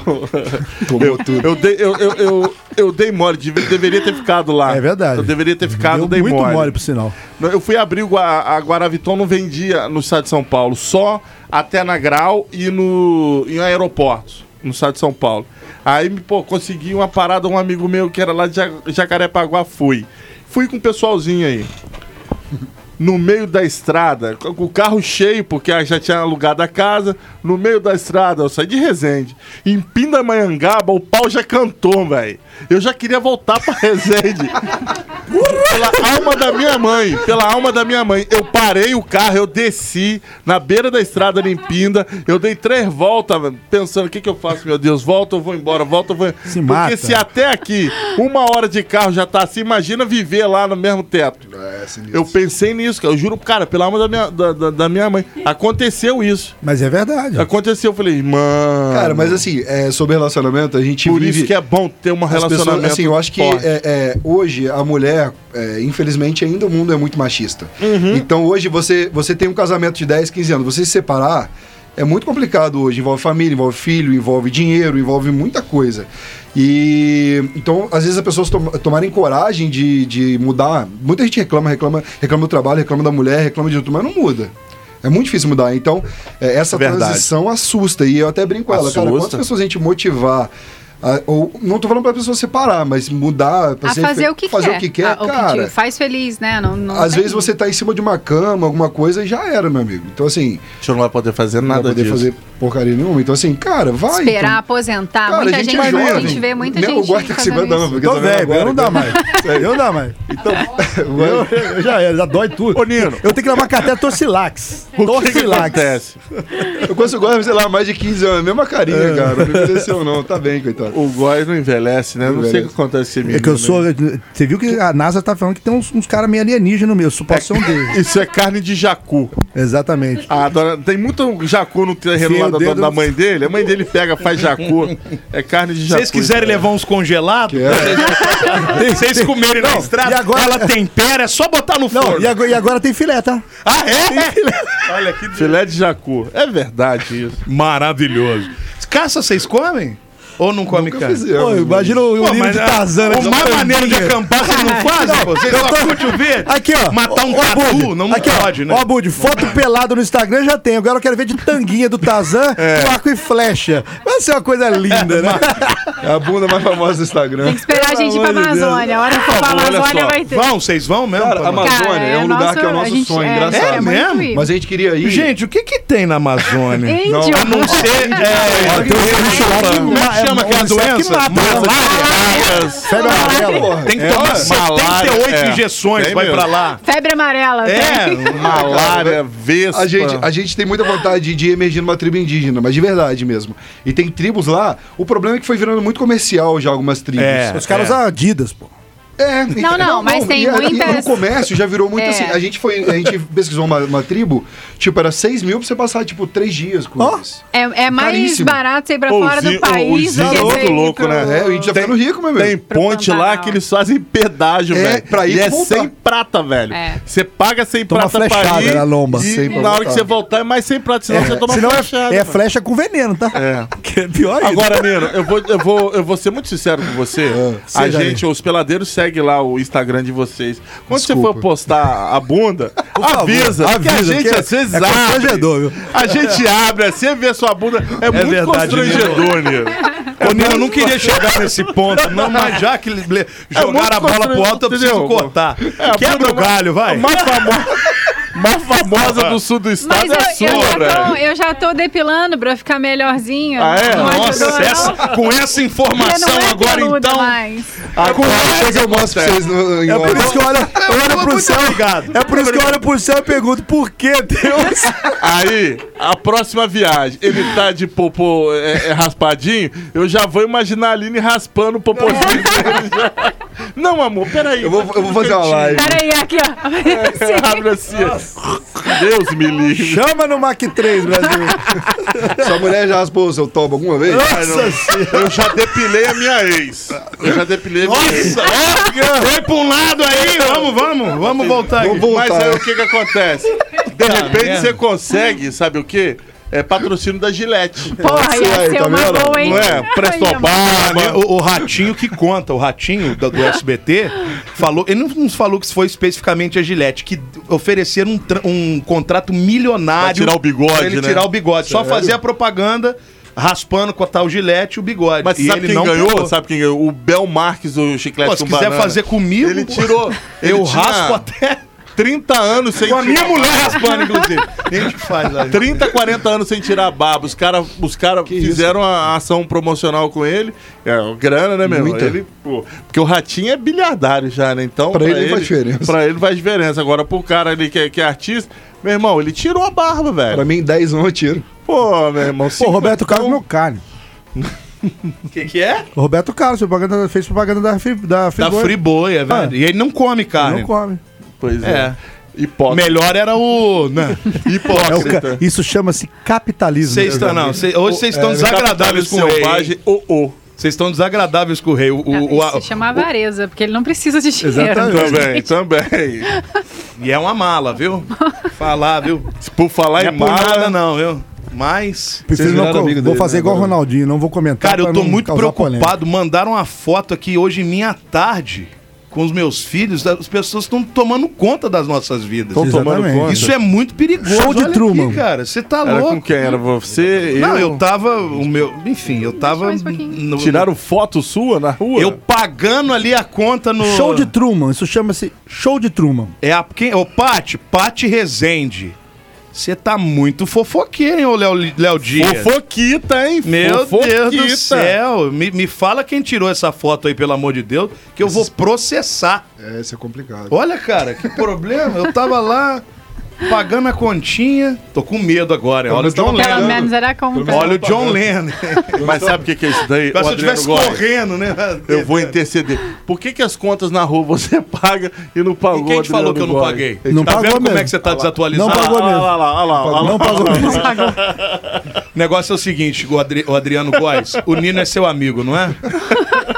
Tomou tudo. Eu dei, eu, eu, eu, eu dei mole, deve- deveria ter ficado lá. É verdade. Eu deveria ter ficado, Deu dei muito mole. mole. pro sinal. Não, Eu fui abrir o Gua- a Guaraviton, não vendia no estado de São Paulo, só até na Grau e no em aeroportos, no estado de São Paulo. Aí, pô, consegui uma parada, um amigo meu que era lá de Ja- Jacarepaguá, fui. Fui com o pessoalzinho aí. No meio da estrada, com o carro cheio, porque já tinha alugado a casa. No meio da estrada, eu saí de Resende. Em Pindamonhangaba, o pau já cantou, velho. Eu já queria voltar pra Resende. Pela alma da minha mãe, pela alma da minha mãe. Eu parei o carro, eu desci na beira da estrada limpinda, eu dei três voltas, mano, pensando, o que que eu faço, meu Deus? Volto ou vou embora? Volto ou vou... Se Porque mata. se até aqui, uma hora de carro já tá assim, imagina viver lá no mesmo teto. eu pensei nisso, cara, eu juro, cara, pela alma da minha, da, da- da minha mãe. Aconteceu isso. Mas é verdade. Aconteceu, eu falei, mano... Cara, mas assim, é, sobre relacionamento, a gente Por vive... isso que é bom ter um As relacionamento pessoas, assim, eu acho que forte. é, é, hoje a mulher, é, infelizmente, ainda o mundo é muito machista. Uhum. Então hoje você, você tem um casamento de 10, 15 anos, você se separar é muito complicado hoje. Envolve família, envolve filho, envolve dinheiro, envolve muita coisa. E então, às vezes, as pessoas tom- tomarem coragem de, de mudar. Muita gente reclama, reclama, reclama do trabalho, reclama da mulher, reclama de tudo, mas não muda. É muito dififícil mudar. Então, é, essa Verdade. transição assusta. E eu até brinco com ela, cara, Assusta. quantas pessoas a gente motivar. a- ou, não tô falando pra pessoa separar, mas mudar. pra A ser fazer fe- o que fazer quer. o que quer, Ah, o que cara. te faz feliz, né? Não, não às tem- vezes você tá em cima de uma cama, alguma coisa, e já era, meu amigo. Então, assim, A gente não vai poder fazer não vai nada poder disso. fazer porcaria nenhuma. Então, assim, cara, vai. Esperar então. aposentar. Cara, é muita gente, a gente, jovem. vê muita Meu, gente. O guarda que se fazendo vai dar, isso. porque Tô também velho, eu agora, né? não dá mais. Eu não dá mais. Eu, eu já era, já dói tudo. Ô, Nino. Eu tenho que lavar até Torcilax. O que, que Torcilax. acontece? Eu consigo guardar, sei lá, mais de 15 anos. Mesma carinha, É. cara. Não envelheceu, não. Tá bem, coitado. O Góis não envelhece, né? Não sei o que envelhece. acontece comigo. É que eu sou. Você viu que a NASA tá falando que tem uns, uns caras meio alienígenas no meio. Eu posso ser um deles. Isso é carne de jacu. Exatamente. A dona- Tem muito jacu no terreno Enfia lá o da, dedo dona- da no- mãe dele. A mãe dele pega, faz jacu. É carne de Se jacu. vocês quiserem levar uns congelados, vocês comerem na estrada, e agora- ela tempera, é só botar no Não, forno. e agora, e agora tem filé, tá? Ah, é? Olha que filé de jacu. É verdade isso. Maravilhoso. Caça, vocês comem? Ou não come Nunca carne? Pô, fizemos. imagina o Pô, livro mas é- de a- Tarzan. né? o mais maneiro de acampar vocês não fazem, pô. Vocês eu só tô- curte o ver. Aqui, ó. Matar um Ó, Budi, tatu, não aqui, ó. pode, né? Ó, Budi, foto pelada no Instagram já tem. Agora eu quero ver de tanguinha do Tarzan É. com arco e flecha. Vai ser uma coisa linda, né? É a bunda mais famosa do Instagram. Tem que esperar a gente ir pra amor de Deus. Amazônia. A hora que for pra Olha Amazônia só. vai ter. Vão, vocês vão mesmo? Cara, pra a Amazônia é um lugar que é o nosso sonho, engraçado. É, muito É mesmo? ir. Mas a gente queria ir. Gente, o que que tem na Amazônia? Índio. não, A não ser... É, Tem um bicho lá que como é ma- que chama é aquela um inseto que doença? mata. Febre amarela. Tem que tomar... tem que ter oito injeções, Tem vai mesmo. pra lá. Febre amarela. tá? tem. É, Malária, vespa. A gente, Ah. a gente tem muita vontade de emergir numa tribo indígena, mas de verdade mesmo. E tem tribos lá, o problema é que foi virando muito comercial já algumas tribos. É. Os caras usam Adidas, pô. É, Não, não, mas tem e a- e muitas- no comércio já virou muito É. assim. A gente foi, a gente pesquisou uma, uma tribo, tipo, era 6 mil pra você passar, tipo, 3 dias com Ó. eles. É, é mais Caríssimo. barato você ir pra Ô, fora do zi- ô, país o do que zinho você todo ir louco, pro- né? É, a gente já Tem- ficando rico, meu Tem amigo. ponte lá Pantanal. que eles fazem pedágio, É, velho. pra ir e e é voltar. sem prata, velho. É. Você paga sem Toma prata pra flechada ir. na lomba. E Sem pra na hora que voltar. você voltar é mais sem prata, senão você toma Senão é- flechada. é mano. flecha com veneno, tá? É. Que é pior ainda. Agora, Nino, eu vou, eu, vou, eu vou ser muito sincero com você. Ah, a seja gente, os peladeiros, segue lá o Instagram de vocês. Quando você Desculpa. for postar a bunda, avisa. favor, que avisa, a gente que é- às vezes é constrangedor, abre. viu? A gente abre, assim, vê sua bunda. É, muito verdade, constrangedor, É Nino. Ô, Nino, eu não queria chegar nesse ponto, não, mas já que le- jogaram a bola pro alto, eu preciso É Entendeu? cortar. É, a Quebra bunda o galho, A vai. mais famosa, mais famosa do sul do estado Mas é a eu, eu, sua, já tô, velho. eu já tô depilando pra ficar melhorzinha. Ah, é? Não ajudou, Nossa, não. essa- com essa Porque informação não é agora, peluda então. mais. Chega, Ah, eu mostro pra vocês no, em É por off. isso que eu olho, eu olho pro Muito céu. obrigado. É por isso que eu olho pro céu e pergunto por que Deus. Aí, a próxima viagem, ele tá de popô é, é, raspadinho, eu já vou imaginar a Aline raspando o popôzinho dele. já. Não, amor, peraí. Eu vou, eu vou fazer uma live. Pera aí, aqui, ó. Você abre assim. Deus me livre. Chama no Mac 3, Brasil. Sua mulher já raspou o seu tobo alguma vez? Nossa senhora. Eu já depilei a minha ex. Eu já depilei a minha ex. É? Foi pra um lado aí, vamos, vamos, vamos voltar né? Vamos aqui. voltar. Mas aí o que que acontece? De repente né? você consegue, sabe o quê? É patrocínio da Gillette. Porra, ia aí, ser tá uma vendo? boa, hein? Não é? Presto Olha, Barba. O, o ratinho que conta, o ratinho da- do, SBT, falou. Ele não nos falou que foi especificamente a Gillette, que ofereceram um, tra- um contrato Pra milionário. tirar o bigode, pra ele né? tirar o bigode. Só fazer a propaganda raspando com a tal Gillette o bigode. Mas E sabe ele quem não ganhou? pulou. Sabe quem ganhou? O Bel Marques, o chiclete Pô, com se quiser banana. fazer comigo, Ele tirou. eu ele tinha raspo até 30 anos sem com a minha tirar. mulher raspando, inclusive. A gente faz Tá lá. 30, 40 anos sem tirar a barba. Os caras os cara fizeram a ação promocional com ele. É, grana, né, meu? Muita. Ele, pô, porque o ratinho é bilhardário já, né? Então, Pra ele não faz diferença. Pra ele faz diferença. Agora, pro cara ali que é, que é artista, meu irmão, ele tirou a barba, Pra velho. mim, 10 anos eu tiro. Pô, meu irmão. Pô, cinco- Roberto Carlos não carne. O que, que é? O Roberto Carlos propaganda, fez propaganda da, Fri- da Da Friboi. Friboi, é Ah. verdade. E ele não come Ele carne. Não come. Pois é. É. Hipócrita. Melhor era o. Né? É o ca- Hipócrita. Isso chama-se capitalismo. Vocês estão, não. cê- hoje vocês É, estão desagradáveis com o rei. selvagem, o o. Vocês estão desagradáveis com o rei. O, o- o- a- Isso É, se chama avareza, porque ele não precisa de dinheiro. Exatamente. Também, também. e é uma mala, viu? Falar, viu? Não Se Por falar é em por nada, mala, não, viu? Mas. Prefiro Vocês não viraram co- amigo vou dele, fazer né, igual o agora? Ronaldinho, não vou comentar. Cara, eu Tá pra tô não muito causar polêmica. preocupado. Mandaram uma foto aqui hoje, minha tarde, com os meus filhos. As pessoas estão tomando conta das nossas vidas. Tão tomando Exatamente. conta. Isso é muito perigoso. Show de Olha aqui, Truman. cara, você tá era com louco. quem? Era você? Não, eu tava. O meu, enfim, eu tava. mais um pouquinho. no- Tiraram foto sua na rua? Eu pagando ali a conta no. é Show de Truman, isso chama-se show de Truman. É a quem? Ô, Pati, Pati Rezende. Você tá muito fofoqueiro, hein, ô Léo, Léo Dias? Fofoquita, hein? Meu Fofoquita. Deus do céu. Me, me fala quem tirou essa foto aí, pelo amor de Deus, que eu vou processar. É, isso é complicado. Olha, cara, que problema. Eu tava lá pagando a continha. Tô com medo agora. Olha um o menos John tava Pelo pagando. Lennon. menos era compra. Olha o John Lennon. Mas sabe o que, que é isso daí? Mas Ô, se eu Adriano estivesse Góes, correndo, né? Eu vou interceder. Por que, que as contas na rua você paga e não E pagou? quem te falou que eu não Adriano paguei? Góes? Não tá pagou vendo como é mesmo. que você tá desatualizado? Não pagou Ah, mesmo. lá, lá, lá, lá, lá, lá. Não pagou mesmo. O negócio é o seguinte, o, Adri- o Adriano Góes, o Nino é seu amigo, não é?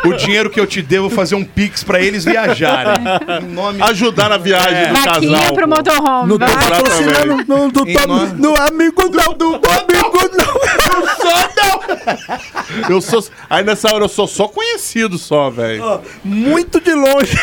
O dinheiro que eu te devo, eu vou fazer um pix pra eles viajarem. Em nome... Ajudar na viagem né? do Vaquinha casal. pro pô. motorhome. Não tô vai. Exatamente. patrocinando, não, não tô- E nós- não, amigo não, do amigo não. não sou, não! Eu sou. Aí nessa hora eu sou só conhecido, só, velho. Ah. Muito de longe.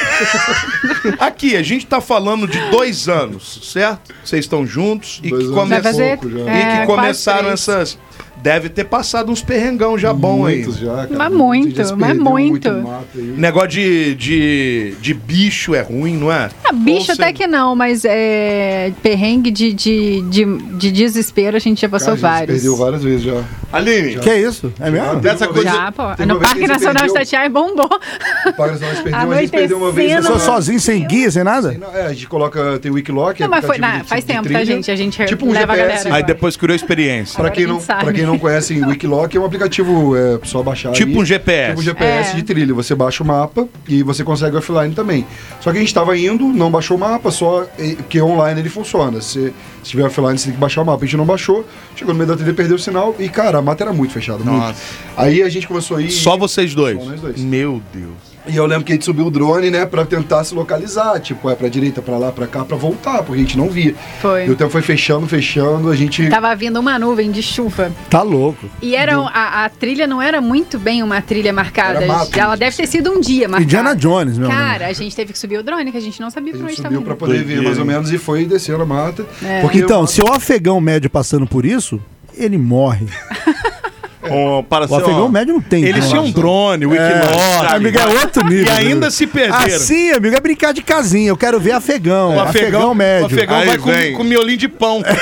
Aqui, a gente tá falando de dois anos, certo? Vocês estão juntos e Dois que, anos come- Vai fazer, pouco já. e é, que quase começaram três. essas. Deve ter passado uns perrengão já bom aí. Muitos já, cara. Mas Muita muito, gente já se mas perdeu muito. no mato aí. Negócio de, de, de bicho é ruim, não é? Ah, bicho Ou até sem- que não, mas é, perrengue de, de, de, de desespero a gente já Cara, a passou gente vários. Perdeu várias vezes já. Ah, Ah, Aline, Que é isso? É mesmo? dessa Já, coisa. Já, pô. Teve uma No vez que Parque você Nacional perdeu- Itatiaia bombou. O Parque Nacional se perdeu, a gente Anoitecendo. perdeu uma vez. Eu essa- sou sozinho, sem guia, sem nada? Não, é, a gente coloca, tem o é Wikilock. Não, mas foi- aplicativo na- faz tempo, tá, trilha. gente? A gente tipo um leva a GPS, galera. Aí depois criou experiência. Pra Agora quem, a gente não, sabe. pra quem não conhece, o Wikiloc é um aplicativo, é pra só baixar Tipo aí. um GPS. Tipo um GPS É. de trilha. Você baixa o mapa e você consegue offline também. Só que a gente tava indo, não baixou o mapa, só eh, porque online ele funciona. Se, se tiver offline, você tem que baixar o mapa. A gente não baixou, chegou no meio da trilha, perdeu o sinal e, cara, a mata era muito fechada, muito. Nossa. Aí a gente começou a ir... Só vocês dois. Só nós dois. Meu Deus. E eu lembro que a gente subiu o drone, né, pra tentar se localizar. Tipo, é pra direita, pra lá, pra cá, pra voltar, porque a gente não via. Foi. Tá E o tempo foi fechando, fechando, a gente... Tava vindo uma nuvem de chuva. Tá louco. E era, um- a, a trilha não era muito bem uma trilha marcada. Era mato. né? Ela deve ter sido um dia marcado. Indiana Jones, meu Cara, a gente teve que subir o drone, que a gente não sabia A pra gente onde tava subiu indo. pra poder ver, mais ou menos, e foi descendo a mata. É. Porque Então, se o afegão médio passando por isso, ele morre. Ó, para O ser, ó, afegão médio não tem. Eles cara. tinham um drone, o Wikilock. Amigo, é outro nível. É, E ainda né? se perderam. Assim, amigo, é brincar de casinha. Eu quero ver afegão. é, O afegão, afegão, médio. O afegão Aí vai com, vem. com miolinho de pão.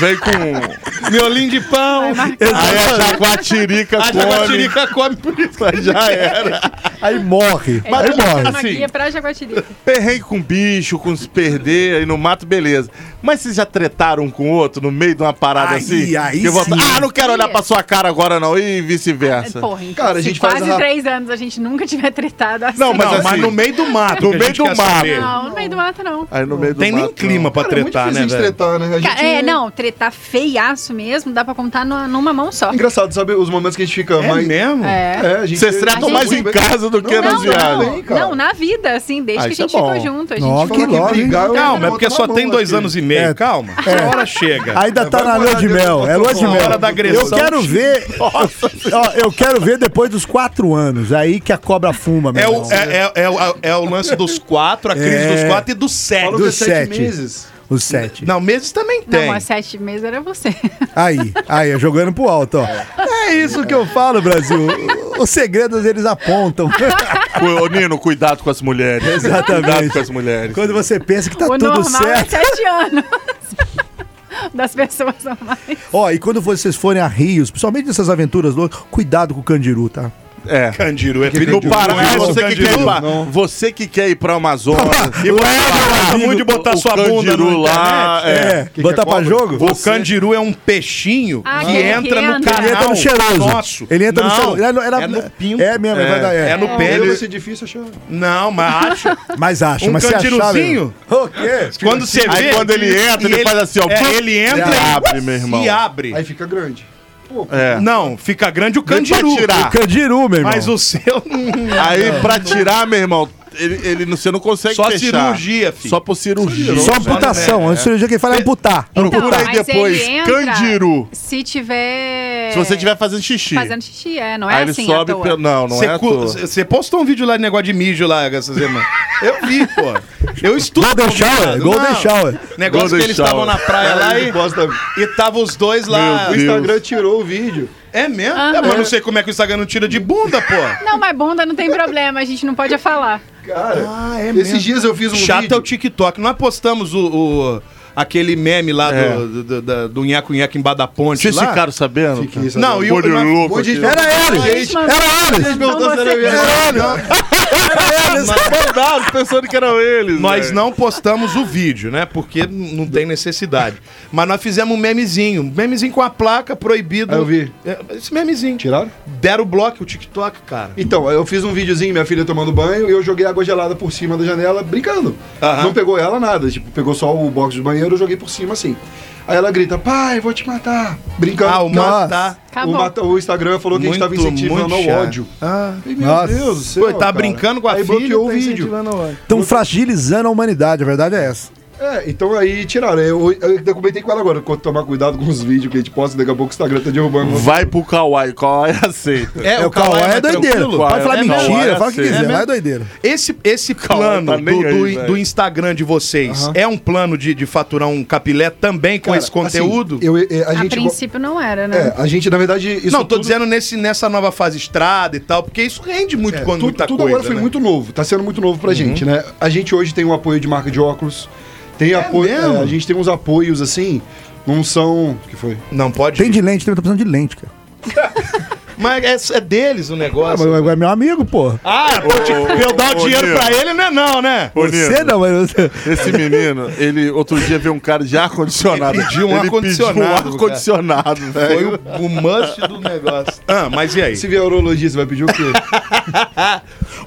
Vem com. miolinho de pão. Aí a Jaguatirica A come. jaguatirica come por isso. Já era. Aí morre. É, Aí a gente morre. tá na assim. guia pra Jaguatirica. Perrengue com bicho, com se perder aí no mato, beleza. Mas vocês já tretaram um com o outro no meio de uma parada Aí, assim? aí Que eu vou- sim. Ah, não quero olhar pra sua cara agora não, e Ah, vice-versa. Porra, então, Cara, a se gente faz quase a- três anos a gente nunca tiver tretado assim. Não, mas, Não, mas assim, no meio do mato. No que a meio gente do quer mato. saber. Não, no meio do mato não. Aí no meio do Tem nem mato, clima pra Cara, é muito tretar, né, difícil de velho? tretar, né? A Ca- gente- É, não, tretar feiaço mesmo, dá pra contar numa, numa mão só. é Engraçado, sabe? Os momentos que a gente fica É mais. mesmo? É. É, a gente. Vocês tretam gente- mais em casa do que Não, nas Não, viagens. hein, não, cara? não, na vida, assim, desde Ah, que a isso é gente ficou bom. junto. A gente Nossa, ficou que Fala logo, que hein? brigar, eu Calma, é levanto porque na só mão tem dois aqui. anos e meio. É. Calma. A hora chega. Ainda tá na lua de mel. É lua de Na mel. hora da agressão. Eu quero ver. Ó, eu quero ver depois dos quatro anos. Aí que a cobra fuma, meu É irmão. o, é, é- é o- é o lance dos quatro, a crise É. dos quatro e do Fala sete. Do dos sete sete. meses. Os sete. Não, meses também Não, tem. há sete meses era você. Aí, aí, é jogando pro alto, ó. É isso que eu falo, Brasil. Os segredos eles apontam. Cu- Ô, Nino, cuidado com as mulheres. Exatamente. Cuidado com as mulheres. Quando você pensa que tá o tudo normal certo. é sete anos. Das pessoas normais. Ó, e quando vocês forem a rios, principalmente nessas aventuras loucas, cuidado com o candiru, tá? É. Candiru é No perigo. Pará, Não é você que, quer ir pra, você que quer ir pra Amazonas. e tá gosta Tá muito de botar sua bunda no lá. É, É. botar pra jogo? O candiru é um peixinho Ah, que que entra no entra. canal Ele entra no cheiroso. nosso. Ele entra no Não, cheiroso. Era, era- é no pinto. É mesmo, É, vai dar. É. É no Ele vai pé. ser difícil achar. Não, mas acha. Mas acha, Um mas se achar. candiruzinho? meu- O quê? Quando você Aí vê. quando ele entra, e ele faz assim, ó, é, ele entra e e abre, meu irmão. E abre. Aí fica grande. Pô, É. Não, fica grande o pra candiru. tirar. O candiru, meu irmão. É. Mas o seu. né? Aí pra tirar, meu irmão, ele, ele, não- você não consegue Só fechar. cirurgia, filho. Só por cirurgia. Só né? amputação. Antes cirurgia quem fala é amputar. Procura aí Então, mas depois, ele entra candiru. Se tiver. Se É. você estiver fazendo xixi. fazendo xixi, é, não é aí assim. ele sobe à toa. pelo. Não, hum, não é à toa. Você postou um vídeo lá de negócio de mijo lá essa semana. Eu vi, pô. Eu estudo. Golden Não. Shower, Golden Shower. Negócio Golden que eles shower. estavam na praia lá e, posta... e tava os dois lá. O Instagram tirou o vídeo. É mesmo? Aham. É, mas eu não sei como é que o Instagram não tira de bunda, pô. Não, mas bunda não tem problema, a gente não pode falar. Cara, Ah, é esses dias eu fiz um Chato é o vídeo. TikTok. Nós postamos o, o- aquele meme lá É. do, do, do, do Nhaco Nhaco em Bada Ponte Vocês lá. ficaram sabendo? Fiquei sabendo. Não, e o... Olho mas- louco Hoje a gente- aqui. Era Ares! Eles Era mandaram- Ares! perguntou se era eu e ela. Era Ares! Mandaram pensando que eram eles. Nós velho. não postamos o vídeo, né? Porque n- não tem necessidade. Mas nós fizemos um memezinho. Um memezinho com a placa proibido. Ah, eu vi. É, Esse memezinho. Tiraram? Deram o bloco, o TikTok, cara. Então, eu fiz um videozinho, minha filha tomando banho, e eu joguei água gelada por cima da janela, brincando. Aham. Não pegou ela nada, tipo, pegou só o box do banheiro, eu joguei por cima assim. Aí ela grita, pai, vou te matar. Brincando. Ah, o matar. Acabou. O, mata- o Instagram falou que a gente tava incentivando ao chato. ódio. Ah. Ai, meu Nossa. Deus do c Pô, céu, ele tá cara. brincando com a Aí filha bloqueou o tá vídeo. incentivando ao ódio. Estão fragilizando a humanidade, a verdade é essa. É, então aí tiraram. Eu, eu, ainda comentei com ela agora, quando tomar cuidado com os vídeos que a gente posta, daqui a pouco o Instagram tá derrubando. Vai pro Kawai, Kawai aceita. É, o Kawhi é mais doideira. tranquilo? Pode falar É, mentira, Kawhi fala o que é quiser, assim. lá é doideira. Esse, esse Calma, plano tá nem do, do- aí, velho. do Instagram de vocês é um plano de, de faturar um capilé também com Cara, esse conteúdo? assim, eu- eu- a, A, gente, princípio não era, né? É, a gente, na verdade, isso não, tô tudo- dizendo nesse, nessa nova fase estrada e tal, porque isso rende muito É, quando tudo, muita tudo coisa. agora foi né? Uhum. muito novo, tá sendo muito novo pra gente, né? A gente hoje tem um apoio de marca de óculos, tem apoio. mesmo? é, a gente tem uns apoios assim, não são. O que foi? Não pode. Tem de lente, tem outra opção de lente, cara. Mas é, é deles o Ah, negócio. mas agora é meu amigo, pô. Ah, pô, te- pra eu dar o dinheiro pra ele não é não, né? Ô, Você Nino, não, mas você... Esse menino, ele outro dia veio um cara de ar-condicionado. Ele pediu um Ele ar-condicionado, pediu um cara. ar-condicionado, Foi um- velho. o, o must do negócio. Ah, mas e aí? Se vier urologia, você vai pedir o quê?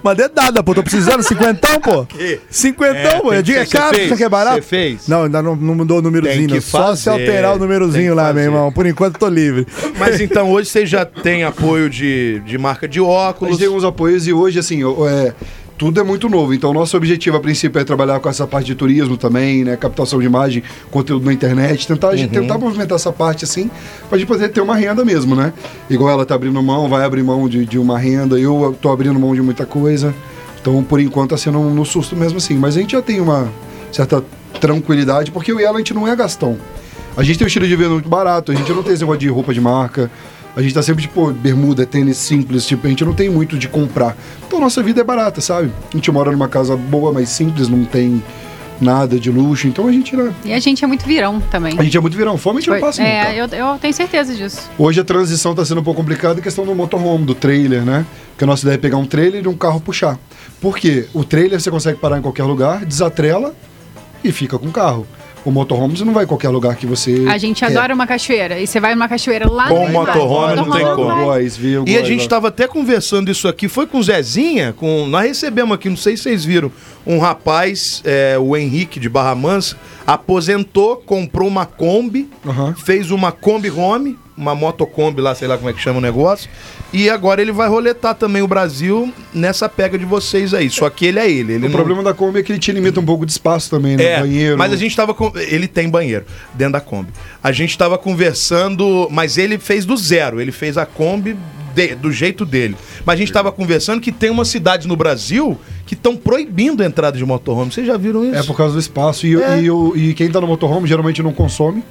Uma dedada, pô. Tô precisando, cinquentão, pô. Cinquentão, pô. tem Eu digo, que- é cê caro, fez? isso aqui é barato. Cê fez? Não, ainda não, não mudou o númerozinho. Tem que não. Só se fazer, alterar o tem que númerozinho lá, meu fazer. irmão. Por enquanto, tô livre. Mas então hoje você já tem apoio de, de marca de A óculos. gente tem uns apoios e hoje, assim, o- é, tudo é muito novo. Então, nosso objetivo, a princípio, é trabalhar com essa parte de turismo também, né? Captação de imagem, conteúdo na internet, tentar, a gente tentar movimentar essa parte, assim, pra gente poder ter uma renda mesmo, né? Igual ela tá abrindo mão, vai abrir mão de, de uma renda, eu tô abrindo mão de muita coisa. Então, por enquanto, tá sendo um- no susto mesmo assim. Mas a gente já tem uma certa tranquilidade, porque eu e ela, a gente não é gastão. A gente tem um estilo de vida muito barato, a gente não tem esse negócio de roupa de marca. A gente tá sempre, tipo, bermuda, tênis simples, tipo, a gente não tem muito de comprar. Então nossa vida é barata, sabe? A gente mora numa casa boa, mas simples, não tem nada de luxo. Então a gente, né? E a gente é muito virão também. A gente é muito virão, fome a gente não passa nunca. é, eu, eu tenho certeza disso. Hoje a transição está sendo um pouco complicada em questão do motorhome, do trailer, né? Porque a nossa ideia é pegar um trailer e um carro puxar. Por quê? O trailer você consegue parar em qualquer lugar, desatrela e fica com o carro. O motorhome você não vai em qualquer lugar que você. A gente quer. adora uma cachoeira. E você vai numa cachoeira lá Com no motorhome não tem como. vai. Góis, viu, E a góis, gente tá- ó. tava até conversando isso aqui, foi com o Zezinha, com, nós recebemos aqui, não sei se vocês viram, um rapaz, é, o Henrique de Barra Mansa, aposentou, comprou uma Kombi, Aham. fez uma Kombi Home, uma motocombi lá, sei lá como é que chama o negócio, e agora ele vai roletar também o Brasil nessa pega de vocês aí, só que ele é ele. ele O não- problema da Kombi é que ele te limita um pouco de espaço também, né? é, Banheiro. Mas a gente tava com. Ele tem banheiro dentro da Kombi. A gente tava conversando, mas ele fez do zero. Ele fez a Kombi de- do jeito dele. Mas a gente tava conversando que tem umas cidades no Brasil que estão proibindo a entrada de motorhome. Vocês já viram isso? É por causa do espaço. E, É. e, o- e quem tá no motorhome geralmente não consome,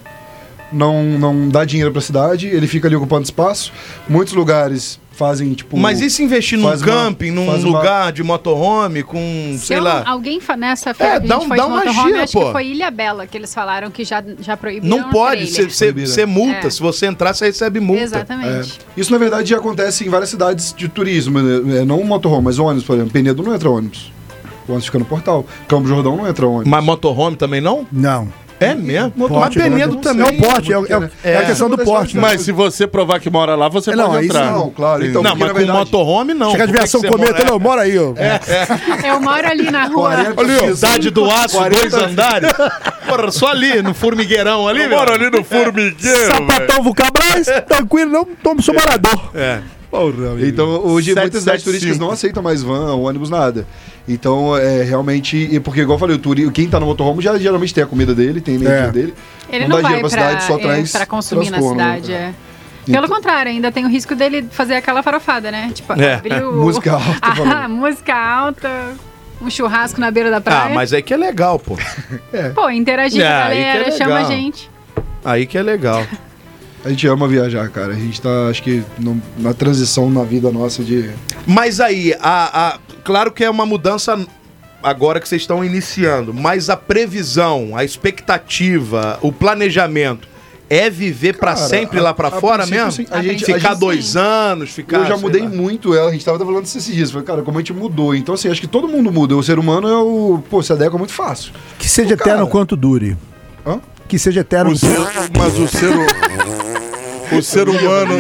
não, não dá dinheiro pra cidade, ele fica ali ocupando espaço. Muitos lugares fazem, tipo. Mas e se investir num faz uma- camping, num faz uma- lugar de motorhome, com, Se é sei eu- lá. um Alguém fa- nessa feira É, que dá a gente um- foi dá de uma motorhome, gira, acho pô. que foi Ilha Bela que eles falaram que já, já proibiram Não pode ser ser, ser, né? ser multa. um É. Se você entrar, você recebe multa. Exatamente. Isso, na verdade, já acontece em várias cidades de turismo, né? É, não motorhome, mas ônibus, por exemplo. Penedo não entra ônibus. O ônibus fica no portal. Campo Jordão não entra ônibus. Mas motorhome também não? Não. É mesmo. Porte, mas Penedo não sei. também. É o porte, é, é- é a questão do porte. né? Mas se você provar que mora lá, você É, Não, pode aí entrar. não, claro, então, não, porque, mas na com verdade- motorhome, não. Chega de Como é que aviação você cometa, mora? não, mora aí, ó. É, É. Eu moro ali na rua. 40 Olha, dias. Cidade do Aço, 40 dois andares. Porra, só ali, no formigueirão ali, Eu moro ali no formigueiro, velho. Sapatão Vulcabras, tranquilo, não tomo sou morador. É. Então, hoje, Sete, muitas cidades sete, turísticas cinco. não aceitam mais van, ônibus, nada. Então, é realmente. e Porque, igual eu falei, o turi, quem tá no motorhome já geralmente tem a comida dele, tem a energia É. dele. Ele não, dá vai dinheiro pra, pra cidade, só é, traz. pra consumir na transtorno, né, cidade. cara? é. Pelo Então- contrário, ainda tem o risco dele fazer aquela farofada, né? Tipo, É. abrir o... Música alta, Ah, falou. música alta, um churrasco na beira da Ah, praia. mas aí que é legal, pô. Pô, interagir É, com a aí que é galera, legal. chama a gente. Aí que é legal. A gente ama viajar, cara. A gente tá, acho que, no- na transição na vida nossa de. Mas aí, a, a- claro que é uma mudança agora que vocês estão iniciando, mas a previsão, a expectativa, o planejamento é viver pra Cara, sempre a- lá pra a fora princípio, mesmo? sim. A gente- ficar a gente- dois anos, ficar. eu já sei mudei lá. muito ela, a gente tava até falando isso esses dias. Falei, cara, como a gente mudou. Então, assim, acho que todo mundo muda. O ser humano é o. Pô, se adequa muito fácil. Que seja Cara. eterno quanto dure. Hã? Que seja eterno. O ser- mas o ser, o ser humano.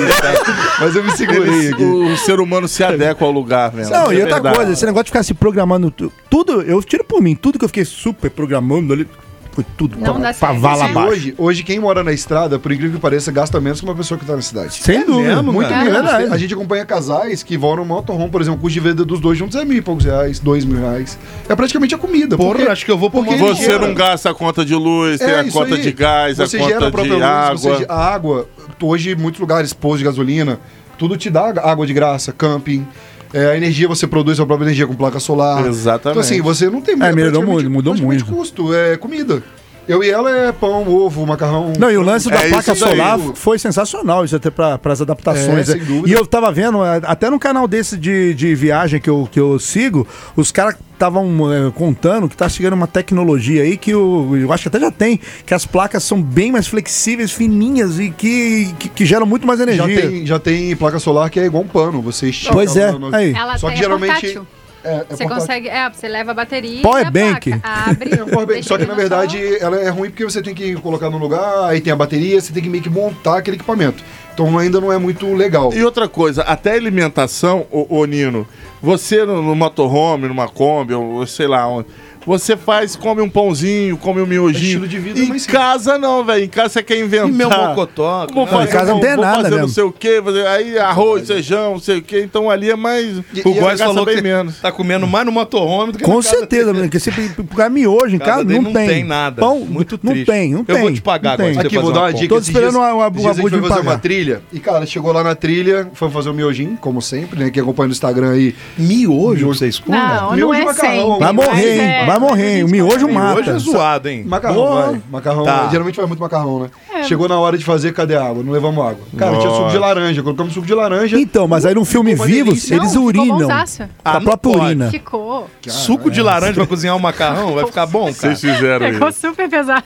Mas eu me segurei ele- aqui. o, o ser humano se adequa ao lugar, velho. Não, e Isso é outra verdade. coisa, esse negócio de ficar se programando tu- tudo, eu tiro por mim, tudo que eu fiquei super programando ali, Foi tudo Não pra, dá pra certo, vala né? abaixo. Hoje, hoje, quem mora na estrada, por incrível que pareça, gasta menos que uma pessoa que tá na cidade. Sem dúvida, mesmo, muito cara? melhor. É, A gente acompanha casais que vão no motorhome, por exemplo, o custo de venda dos dois juntos é mil e poucos reais, dois mil reais. É praticamente a comida. Porra, porque- acho que eu vou por porque uma- ele Você gera- não gasta a conta de luz, tem É, a isso conta aí. de gás, Você a gera conta a própria de luz, água. Você, a água, hoje, em muitos lugares, posto de gasolina, tudo te dá água de graça, camping. É, a energia, você produz sua própria energia com placa solar. Exatamente. Então, assim, você não tem... É, melhorou praticamente- muito, mudou praticamente muito. custo, é comida. Eu e ela é pão, ovo, macarrão... Não, e o lance da É placa isso daí, solar o- foi sensacional, isso até para as adaptações. É, sem né? dúvida. e eu tava vendo, é, até no canal desse de, de viagem que eu, que eu sigo, os caras estavam é, contando que tá chegando uma tecnologia aí que o, eu acho que até já tem, que as placas são bem mais flexíveis, fininhas e que, que, que geram muito mais Já energia. tem, já tem placa solar que é igual um pano, você estica. Pois é, no- no- aí. Ela Só tem- que é geralmente. portátil. É, é Você portátil. consegue. É, você leva a bateria. Power e a bank. placa. Abre. É um powerbank, deixa Só que ele na no verdade sol. ela é ruim porque você tem que colocar no lugar, aí tem a bateria, você tem que meio que montar aquele equipamento. Então ainda não é muito legal. E outra coisa, até alimentação, ô, ô Nino, você no, no motorhome, numa Kombi, ou, ou sei lá onde, você faz, come um pãozinho, come um miojinho. É estilo de vida, Em mas sim. casa não, velho. Em casa você quer inventar. E meu Tá. mocotó, Vou né? fazer, um Em casa não tem vou nada fazer não mesmo. sei o quê, fazer, aí arroz, feijão, não sei o quê. Então ali é mais... O Góes gasta falou bem que menos. tá comendo mais no motorhome do que Com na casa certeza, porque se pegar miojo em Casa casa, dele não, não tem. tem nada. Pão, Muito não triste. tem, não Eu tem. vou te pagar não tem. agora, Aqui vou fazer uma dar uma conta. dica. Tô esses esperando a- dias- a- esses dias a a gente Bud foi me fazer pagar. uma trilha e, cara, chegou lá na trilha, foi fazer o miojinho, como sempre, né? Quem acompanha no Instagram aí. Miojo, vocês comem? Não, Meu não de é macarrão. sem. Vai morrer, Mas hein? é- Vai morrer, hein? O miojo mata. Miojo é zoado, hein? Macarrão, Boa. vai. Macarrão, Tá. né? geralmente faz muito macarrão, né? É. Chegou na hora de fazer, cadê a água? Não levamos água. Cara, tinha suco de laranja, colocamos suco de laranja. Então, mas aí num filme Ficou uma Vivos, delícia. Não, eles ficou urinam. É. bonzaço. Ah, a não própria pode. urina. Ficou. Suco de laranja pra cozinhar um macarrão vai ficar bom, cara. Vocês fizeram Ficou isso. super pesado.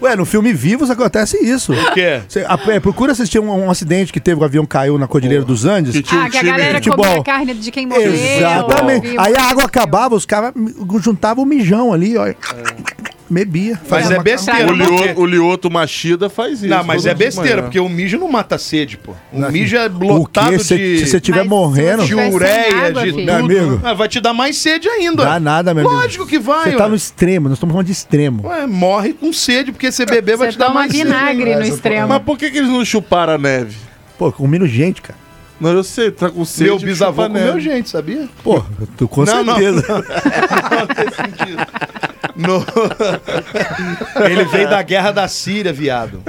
Ué, no filme Vivos acontece isso. O é? quê? procura assistir um, um acidente que teve, o avião caiu na Cordilheira dos Andes. tipo Que tinha um Ah, que a time... galera Futebol. comia a carne de quem morreu. Exatamente. viu? Aí a água acabava, os caras juntavam o mijão ali, ó. Bebia. Mas é besteira, O Olhou- porque- Lioto, o Lioto Machida faz isso. Não, mas todo é dia de besteira, manhã. porque o mijo não mata a sede, pô. O mijo é O lotado que? Se de você estiver Mas morrendo, se de tiver sem ureia, água, de filho. tudo. Meu amigo. Ah, vai te dar mais sede ainda. dá nada, meu amigo. Lógico que vai, Você tá ué. no extremo, nós estamos falando de extremo. Ué, morre com sede, porque você beber vai Você te dar toma mais sede. vinagre no essa extremo. Mas por que, que eles não chuparam a neve? Pô, comendo gente, cara. Não, eu sei, tá com sede. Meu bisavô chupa comeu neve. gente, sabia? Pô, tu com Não, não. certeza. No- Ele veio da guerra da Síria, viado.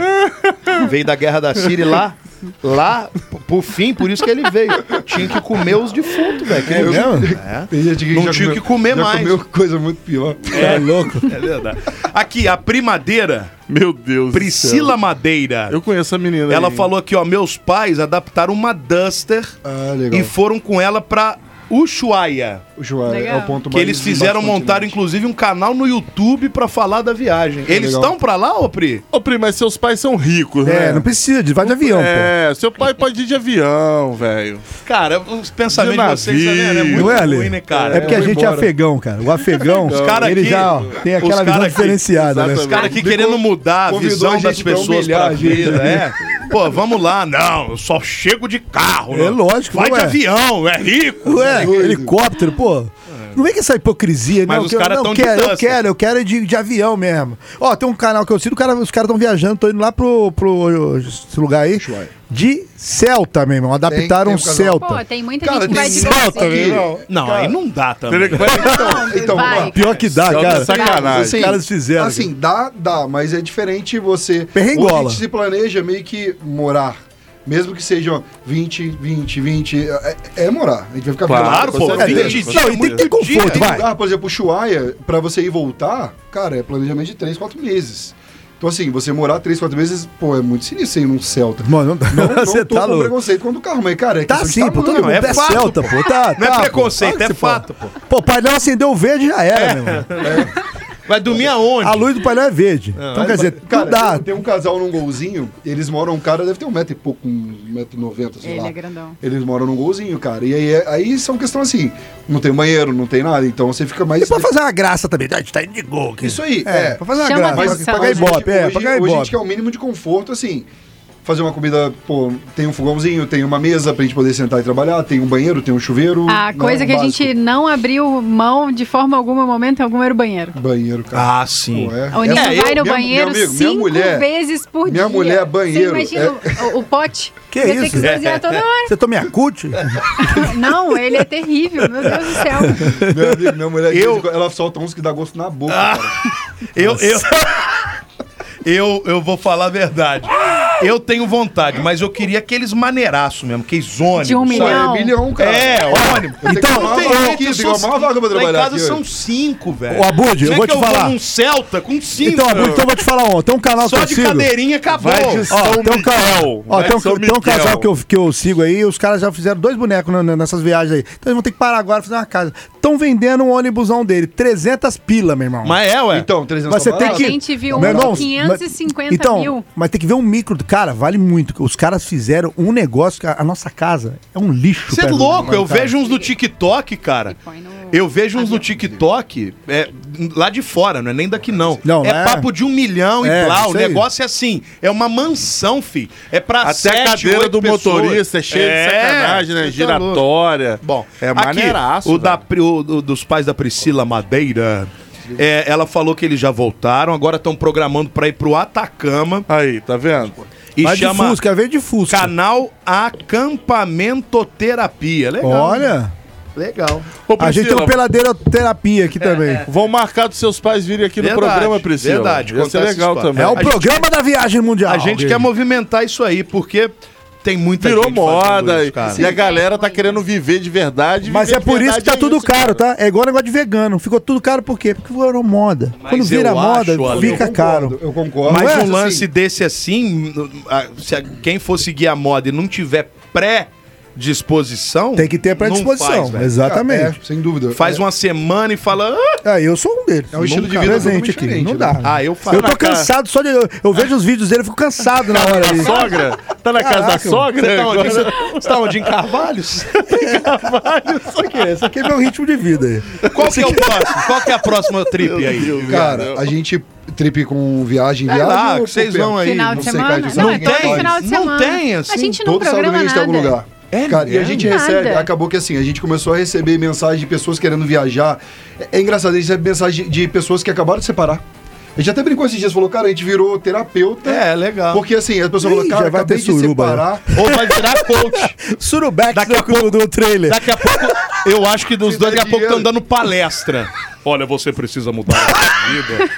Veio da guerra da Síria e lá, lá, p- por fim, por isso que ele veio. Tinha que comer os defuntos, velho. que É eu- mesmo? É. Tem gente que Não já tinha comeu- que comer já mais. comeu coisa muito pior. É louco. É verdade. Aqui, a Primadeira, Meu Deus do céu. Priscila Madeira. Eu conheço a menina. Ela aí. falou aqui, ó, meus pais adaptaram uma Duster Ah, legal. e foram com ela pra Ushuaia. O Joá é Legal. o ponto Que mais eles fizeram, embaixo do montaram continente. inclusive um canal no YouTube pra falar da viagem. Eles legal. estão pra lá, ô Pri? Ô, primo, mas seus pais são ricos, né? É, não precisa, de- vai de avião, pô. É, seu pai pode ir de avião, velho. Cara, os pensamentos de De vocês navio. também, né? Muito Não é, Ale? ruim, né, cara? É porque a eu vou gente é embora. afegão, cara. O afegão, Os cara ele aqui- já ó, tem os aquela cara visão aqui- diferenciada, né? Os caras aqui Convidou- querendo mudar a convidou visão a gente das pra pessoas humilhar pra a gente, vida, né? é. Pô, vamos lá. Não, eu só chego de carro. não. É lógico, Vai ué. de avião, é rico. Ué, helicóptero, pô. Não vem com essa hipocrisia, Mas não. os que eu caras não tão de quero, eu dança. quero, eu quero ir de, de avião mesmo. Ó, tem um canal que eu sigo, o cara- os caras estão viajando, tô indo lá pro, pro esse lugar aí. De Celta, meu irmão. Adaptaram tem um um canal. Pô, Celta. tem muita Cara, gente que tem né? vai de salta, graça. Aqui. Não, aí não dá Teria também. que vai Então, vamos lá. Pior que dá, Celta é cara. sacanagem. Os caras fizeram. Assim, dá, dá, mas é diferente você. Perrengola. Hoje A gente se planeja meio que morar. Mesmo que sejam 20, 20, 20. É, é morar. A gente vai ficar Claro, viajando, pô, com certeza. 20 Não, e É, tem que ter muito dia, um- conforto, Tem vai. lugar, ah, por exemplo, Chuaia, pra você ir e voltar, cara, é planejamento de 3, 4 meses. Então, assim, você morar 3, 4 meses, pô, é muito sinistro você ir num Celta. Mano, não, Não, não você tô tá com louco. preconceito contra o carro, mas, cara, é Tá questão de sim, pô, todo tamanho, mundo é é, fato, Celta, pô. Tá, Não tá, é pô. preconceito, é Fala-se, fato, pô. Pô, É. o painel acendeu o verde já era, meu irmão. Vai dormir aonde? A luz do painel é verde. então, quer dizer, Cara, não dá. tem um casal num golzinho, eles moram, um cara deve ter um metro e pouco, um metro e noventa, sei Ele lá. é grandão. Eles moram num golzinho, cara. E aí, é- aí são questão assim, não tem banheiro, não tem nada, então você fica mais... E pra fazer uma graça também. A gente tá indo de gol. aqui. Isso aí, É, é. pra fazer uma Chama graça. atenção. Pagar Hoje- ibope, é, Tipo, hoje, pagar hoje a gente ibope. quer o mínimo de conforto, assim... fazer uma comida, pô, tem um fogãozinho, tem uma mesa pra gente poder sentar e trabalhar, tem um banheiro, tem um chuveiro. A né, coisa que a básico. gente não abriu mão de forma alguma, momento é algum, era o banheiro. Banheiro, cara. Ah, sim. Pô, é- O Nino é, eu- vai no meu- meu banheiro amigo, minha cinco mulher- vezes por minha dia. mulher é banheiro, é. Você imagina o, o pote? Que Ele ia ter isso? que esvaziar toda hora. Você toma acute? Não, ele é terrível, meu Deus do céu. Meu amigo, minha mulher, de Eu- Ah, vez em quando, ela solta uns que dá gosto na boca, cara. Eu, eu, eu, eu vou falar a verdade. Eu tenho vontade, mas eu queria aqueles maneiraço mesmo, aqueles ônibus. De um sabe? Isso aí milhão. É milhão, cara. É, ônibus. Eu tenho que arrumar uma tem vaga jeito, aqui, eu tem sou que arrumar uma vaga pra lá trabalhar em casa um aqui são hoje. cinco, velho. Ô, Abud, eu Como é vou que te falar. num Celta com cinco. Então, Abud, então eu vou te falar, ó, tem um canal que Só eu de sigo. cadeirinha acabou. Vai de Ó, São tem um, ca- Miguel. ó, Vai tem um- de São tem um casal Miguel. que eu, que eu sigo aí, os caras já fizeram dois bonecos na- na- nessas viagens aí. Então eles vão ter que parar agora e fazer uma casa. Estão vendendo um ônibusão dele, 300 pila, meu irmão. Mas é, ué. Então, 300 Mas você tá tem A barato. que- gente viu um Meu irmão, de 550 mas- então, mil. Mas tem que ver um micro. do Cara, vale muito. que Os caras fizeram um negócio. que A a nossa casa é um lixo. Você é perto do- louco, eu cara. vejo uns no TikTok, cara. põe no- Eu vejo uns no TikTok é, lá de fora, não é nem daqui não. Não, é lá é- papo de um milhão É, e blá. O isso aí. negócio é assim, é uma mansão, fi. É pra Até sete, a cadeira oito do pessoas. motorista é cheia de sacanagem, né? você tá louco. Giratória. Bom, é aqui, maneiraço. o, da, velho. Pri- o do- dos pais da Priscila Madeira. é, ela falou que eles já voltaram, agora estão programando pra ir pro Atacama Aí, tá vendo? e Vai chama de Fusca, veio de Fusca. canal Acampamento Terapia. Legal. Olha, Legal. Ô, a gente tem um Priscila, peladeira terapia É, aqui também. Vão marcar dos seus pais virem aqui no Verdade, programa, Priscila. verdade, Ia contar ser essa legal história. também. É o A gente- programa da viagem mundial. A gente quer movimentar isso aí, porque tem muita Virou gente fazendo moda. isso, cara. e a galera tá querendo viver de verdade. Mas viver é de por isso que verdade tá é tudo caro, cara. tá? É igual negócio de vegano. Ficou tudo caro por quê? Porque virou moda. Mas Quando vira eu moda, acho, Ale, fica eu caro. concordo, eu concordo. Mas Ué, um lance assim, desse assim, a- se a- quem for seguir a moda e não tiver pré-disposição... Tem que ter pra não disposição. Faz, velho. Exatamente. é, sem dúvida. Faz É- uma semana e fala... "Ah, É, eu sou um deles. É um estilo de Nunca vida presente totalmente aqui. diferente, Não né? dá. Ah, eu faço. Eu tô cansado só de. Eu, eu vejo os vídeos dele, eu fico cansado na hora ali. Sogra? Tá na casa da Caraca, sogra? Você tá onde? agora? Você, você tá onde? Em Carvalhos? Isso aqui, isso aqui é meu ritmo de vida aí. Qual que é o próximo? Qual que é a próxima trip aí? Cara, a gente trip com viagem, Sei né? viagem. É lá, ou que vocês por perto? vão aí. Final não de sei, semana? Cássio, Não, não é todo tem, final de não semana. tem, assim, A gente não Todo sábado programa a gente tem nada. algum lugar. É Cara, e a mesmo? gente Nada. recebe, acabou que assim, a gente começou a receber mensagem de pessoas querendo viajar. É, é engraçado, a gente recebe mensagem de pessoas que acabaram de separar. A gente até brincou esses dias, falou, cara, a gente virou terapeuta. É, legal. Porque assim, a pessoa Ih, falou, cara, já vai acabei ter de suruba, né?" separar. Ou vai virar coach. Surubex Daqui a do, do trailer. Daqui a pouco, eu acho que dos Se dois, dá daqui a pouco dinheiro. estão dando palestra. Olha, você precisa mudar a sua vida.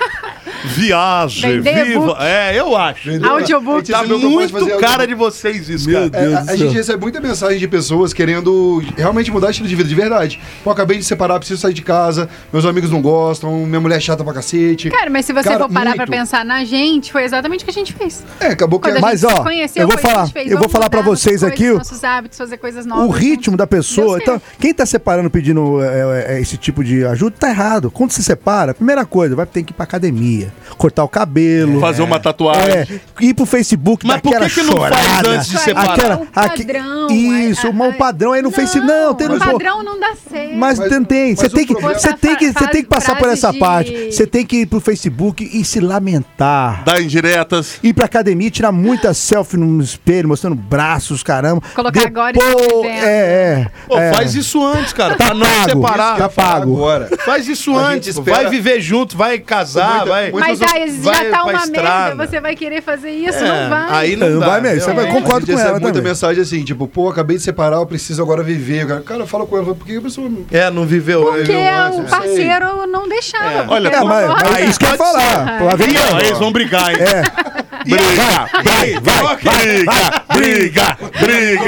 Viagem, Vender viva. e-book. É, eu acho. Entendeu? Audiobook. A gente Tá recebeu proposta de muito fazer cara de vocês isso, Meu cara. É, Deus a, do a céu. gente recebe muita mensagem de pessoas querendo realmente mudar o estilo de vida de verdade. Pô, acabei de separar, preciso sair de casa, meus amigos não gostam, minha mulher é chata pra cacete. Cara, mas se você Cara, for parar pra muito. pensar na gente, foi exatamente o que a gente fez. É, acabou que Quando a Mas, gente se ó, conheceu, eu vou foi o que a gente falar- fez. eu vou Vamos falar mudar pra nossas vocês coisas, aqui, o- Nossos hábitos, fazer coisas novas. O ritmo da pessoa. Deu Então, certo. quem tá separando pedindo é, é, esse tipo de ajuda, tá errado. Quando se separa, primeira coisa, vai ter que ir pra academia, cortar o cabelo. Fazer uma É, tatuagem. ir pro Facebook Mas por daquela que que não faz antes de Faz separar? Aquela, o aque- é padrão, é, Isso, a- a- mas o padrão aí no Facebook. Não, tem no o padrão não dá certo. Mas, Mas- tem, tem. mas Você o tem que, problema- você tem que, você tem que passar por essa Frases de- parte. Você tem que ir pro Facebook e se lamentar. Dá indiretas. Ir pra academia, e tirar muita selfie no espelho, mostrando braços, caramba. Colocar agora e Depois, estou é, vivendo. é, Pô, é. faz isso antes, cara. Pra não pago. separar. Tá pago. é Agora. Faz isso A gente antes. espera- Vai viver junto, vai casar, Muita- vai. muita- Mas Mas aí vai já tá pra uma estrada. merda, você vai querer fazer isso, É, não vai. Aí não, Não dá, vai mesmo, você vai realmente. com- Concordo a gente recebe ela é muita também. mensagem assim, tipo, pô, acabei de separar, eu preciso agora viver. Cara, Cara, fala com ela, porque a pessoa. É, não viveu. Porque viveu antes, o né? parceiro não deixava. É. porque Olha, era É, mas, uma mas roda. isso que eu ia falar. Pô, lá vem- Ih, ó, eles vão brigar, hein? É, Briga, briga, briga, briga,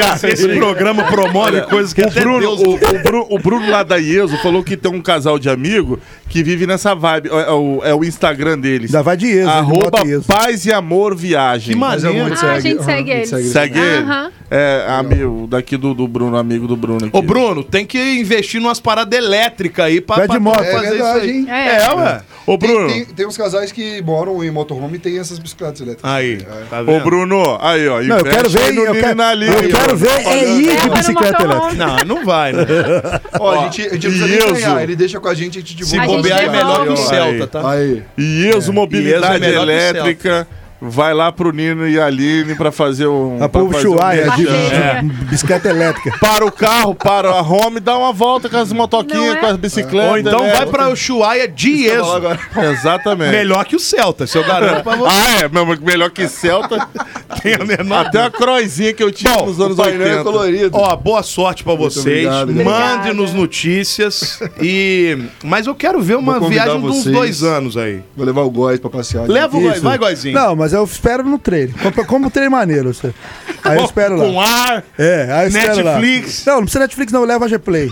briga. Esse programa promove coisas que O até Bruno, Deus o, o Bruno, o Bruno lá da IESO falou que tem um casal de amigo que vive nessa vibe. É, o, é o Instagram deles. da vai de Ieso, de Arroba bota Ieso. Paz e Amor Viagem. Que Mas é muito Ah, segue. a gente segue Aham, eles. Segue ele? Aham. É, amigo, daqui do, do Bruno, amigo do Bruno. Aqui. Ô, Bruno, tem que investir numas paradas elétricas aí pra, Vai de pra moto. É fazer verdade, isso hein? aí. É, ué. Ô, Tem- Bruno. Tem, tem uns casais que moram em motorhome e tem essas bicicletas elétricas. Aí, tá Ô, vendo? Bruno, aí, ó. Não, eu quero investe ver, aí no eu Nini quero, na Liga, eu quero ó. ver é ir de Leva no bicicleta motorhome. elétrica. Não, não vai, né? Ó, a gente, a gente não precisa Ieso. nem ganhar, ele deixa com a gente, a gente Se A gente bobear é melhor que o devolve. Celta, tá? Aí. IESO IESO é Mobilidade melhor que o Elétrica. vai lá pro Nino e a Aline pra fazer um. A pra povo fazer um chuaia, de, merchan. Parceria. É. de bicicleta elétrica. Para o carro, para a home, dá uma volta com as motoquinhas, Não é? com as bicicletas. Ou então né? vai pra Ushuaia de Exo. Exatamente. Melhor que o Celta, se eu garanto pra você. Ah, é? Meu, melhor que Celta. Tem a menor Até a croizinha que eu tinha Bom, nos anos O painel é 80. colorido. Ó, boa sorte pra vocês. obrigado, gente. Mande-nos notícias e mas eu quero ver uma Vou convidar viagem de uns vocês. dois anos aí. Vou levar o góis pra passear. Leva o Isso. Goi, vai Goizinho. Não, mas eu espero no treino. Como, como treino maneiro. você- Aí eu espero Com lá. ar, É, aí eu espero lá. Netflix. Não, não precisa Netflix não, leva a G-Play.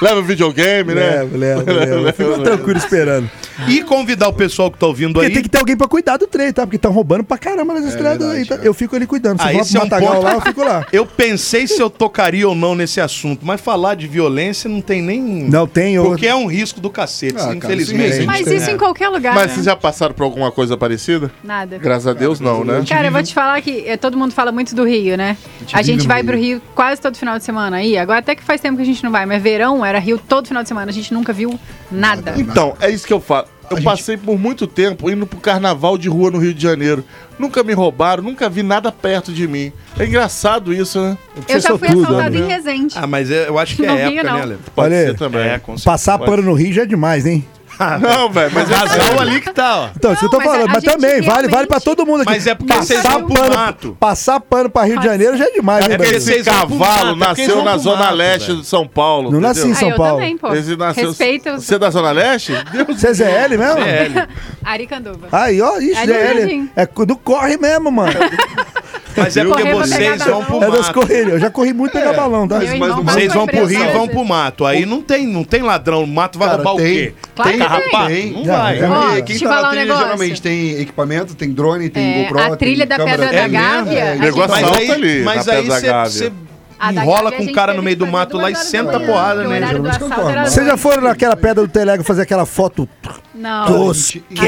leva o videogame, É. né? Leva, leva, leva. Fica tranquilo esperando. E convidar o pessoal que tá ouvindo Porque aí. tem que ter alguém pra cuidar do treino, tá? Porque estão roubando pra caramba nas estradas verdade, aí. tá? é. Eu fico ali cuidando. Se Ah, for esse é pro um Matagal ponto. lá, eu fico lá. Eu pensei se eu tocaria ou não nesse assunto, mas falar de violência não tem nem Não, tem outro. porque é um risco do cacete, Ah, cara, infelizmente. sim, Mas tem- é. isso em qualquer lugar, Mas né? vocês já passaram por alguma coisa parecida? Nada. Graças a Deus, não, né? Cara, eu vou te falar que eh, todo mundo fala muito do Rio, né? A vive gente no vai Rio. pro Rio quase todo final de semana aí. Agora até que faz tempo que a gente não vai, mas verão era Rio todo final de semana. A gente nunca viu nada. Então, é isso que eu falo. Eu passei por muito tempo indo pro carnaval de rua no Rio de Janeiro. Nunca me roubaram, nunca vi nada perto de mim. É engraçado isso, né? Eu já fui sortudo, assaltado né? em Resende. Ah, mas eu acho que é Não época, ria, não. né, Ale? Pode Olha ser aí. também. É, com certeza. Passar pano no Rio já é demais, hein? Não, velho, mas é Casal ali que tá, ó. Então, isso eu tô mas a- falando, a mas gente também, vale, vale pra realmente- todo mundo aqui. Mas é porque vocês vão pro mato. pano, passar pano pra Rio de Janeiro já é demais, É né, porque Brasil? esse Vocês vão pro mato, é cavalo porque eles nasceu vão na pro Zona mato, Leste velho. de São Paulo. Não entendeu? nasci em Ah, São eu Paulo. também, pô. Esse nasceu- Respeita os... Você é da Zona Leste? Deus. CZL mesmo? É, Aricanduva. Aí, ó, isso, É de ZL. Jardim. É do corre mesmo, mano. Mas é Viu? porque Correr pra vocês pegar vão balão. pro É das mato. É. correrias. Eu já corri muito pegar balão, Ah, tá? Meu irmão mas no- quase Vocês foi vão pro preso Rio e várias vão pro vezes. mato. Aí não tem, não tem ladrão. O mato vai Cara, roubar o tem. quê? Claro que tem. carrapato? Não Cara, vai. é, Ó, quem te tá falar na um trilha negócio. geralmente tem equipamento, tem drone, tem É, GoPro, a trilha tem da câmera. Pedra da É mesmo? Gávea, É, a negócio- Negócio Mas assalto aí, ali, mas na aí Pedra você Gávea. você Ah, A da enrola Gávea com a um gente cara no teve meio que do fazer mato duas lá e horas da senta a manhã, porrada porque O nele. horário do Mas assalto concordo. era Vocês já noite. foram naquela pedra do Telego fazer aquela foto Não. tosquérrima?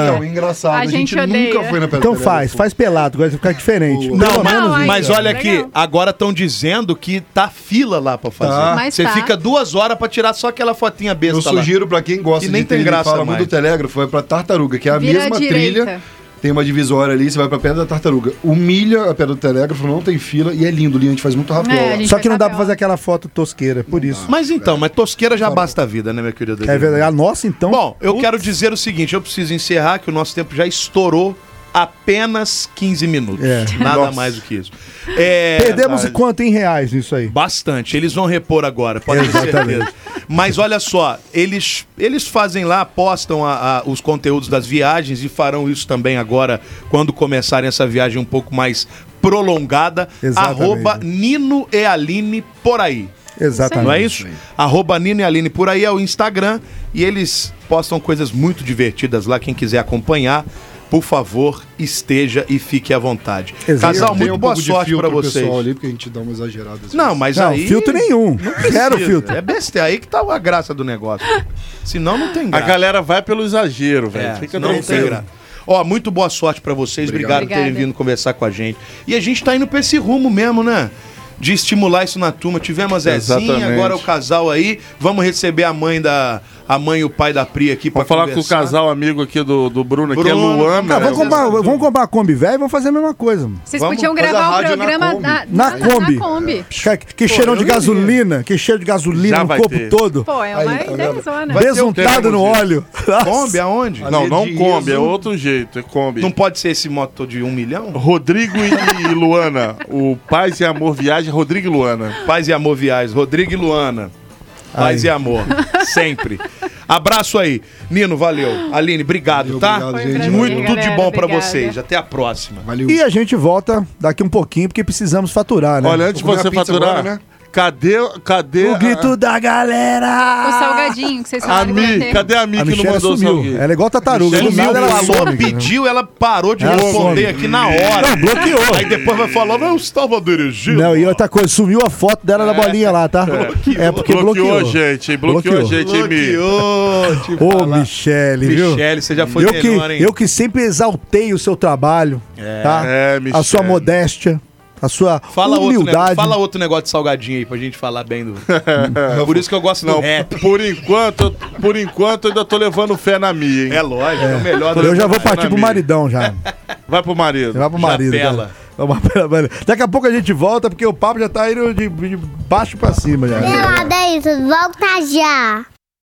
Então, é engraçado. A A gente, gente odeia. nunca foi na Pedra Então da faz, Gávea. faz pelado, vai ficar diferente. Boa. Não, Pelo menos aí- mas, mas isso. olha aqui, Legal. agora estão dizendo que tá fila lá pra Tá. fazer. Mas Você tá. fica duas horas pra tirar só aquela fotinha besta Eu sugiro pra quem gosta E nem de tem trilha graça e fala muito mais. do telégrafo, vai pra Tartaruga, que é a Vira à mesma direita. trilha. Tem uma divisória ali, você vai pra Pedra da Tartaruga. Humilha a Pedra do Telégrafo, não tem fila e é lindo, lindo, a gente faz muito rápido. É, a gente Só vai que não dá pra tabela. fazer aquela foto tosqueira, por isso. lá. Mas então, mas tosqueira já basta a vida, né, meu querido? É verdade. A nossa, então. Bom, eu quero dizer o seguinte, eu preciso encerrar que o nosso tempo já estourou apenas 15 minutos. É. Nada Nossa. mais do que isso. É, Perdemos quanto em reais nisso aí? Bastante. Eles vão repor agora, pode ter certeza. Mas olha só, eles, eles fazem lá, postam a- a- os conteúdos das viagens e farão isso também agora, quando começarem essa viagem um pouco mais prolongada. Exatamente. Arroba Nino e Aline por aí. Exatamente. Não é isso? Arroba Nino e Aline por aí é o Instagram e eles postam coisas muito divertidas lá. Quem quiser acompanhar, por favor, esteja e fique à vontade. Exato. Casal, Tem muito um boa pouco de sorte filtro pra vocês. pessoal ali, porque a gente dá uma exagerada. às Não, vezes. mas Não, aí. filtro nenhum. Zero Precisa. filtro. É besteira. Aí que tá a graça do negócio. Senão não tem A graça. galera vai pelo exagero, velho. É, Fica senão não tem tranquilo. graça. Ó, muito boa sorte pra vocês. Obrigado, por terem Obrigada. vindo conversar com a gente. E a gente tá indo pra esse rumo mesmo, né? De estimular isso na turma. Tivemos a Zezinha, Exatamente. agora o casal aí. Vamos receber a mãe da a mãe e o pai da Pri aqui pra Vou falar com o conversar. casal amigo aqui do, do Bruno, que é Bruno, Luana. Ah, vamos, Cara, comprar, eu- vamos comprar a Kombi velha e vamos fazer a mesma coisa. Mano. Vocês Vamos podiam fazer a gravar o rádio na programa Kombi. na, Na Kombi. Na Kombi. Que, que cheirão de gasolina, que cheiro de gasolina Já no vai corpo ter. todo. Pô, é uma tá ideia vendo? zona. Vai- ter um Besuntado no termo óleo. Kombi, aonde? Não, não Aliadizo. Kombi, é outro jeito, é Kombi. Não pode ser esse moto de um milhão? Rodrigo e, e Luana. O Paz e Amor Viagem, Rodrigo e Luana. Paz e amor, Viais. Rodrigo e Luana. Paz e Aí. amor. Sempre. Abraço aí. Nino, valeu. Aline, obrigado, Valeu, tá? obrigado, Foi um gente. prazer, Muito de galera, bom pra obrigada. vocês. Até a próxima. Valeu. E a gente volta daqui um pouquinho, porque precisamos faturar, né? Olha, antes de Vou comer você a pizza faturar, agora, né? cadê, cadê o grito da galera! O salgadinho que vocês Ah, a, a falaram que ia Mi? ter. Cadê a Mi A que não Michelle mandou o sumiu. salgueiro? Ela é igual tartaruga. do Sumiu, nada ela some, falou, cara. pediu, ela parou de Ela responder some. aqui na hora. Não, bloqueou. Aí depois vai falar, não, eu estava dirigindo. Não, e outra coisa, sumiu a foto dela na bolinha lá, tá? É porque bloqueou. Bloqueou a gente, hein? bloqueou a gente, hein, Mi? Bloqueou, tipo, Ô, Michele, viu? Michele, você já foi eu melhor, que, hein? eu que sempre exaltei o seu trabalho, tá? é, a sua Michele. modéstia, a sua Fala outro, humildade. negócio, fala outro negócio de salgadinho aí pra gente falar bem do. Por isso que eu gosto do Não, rap. por enquanto, por enquanto eu ainda tô levando fé na minha, hein? É lógico, é, o melhor do Eu já vou Vai na partir pro minha. maridão já. Vai pro marido. Você vai pro marido. né? Chapela. cara. Vamos pra- pra- Daqui a pouco a gente volta, porque o papo já tá indo de, de baixo pra cima já. Peladeiros, volta já!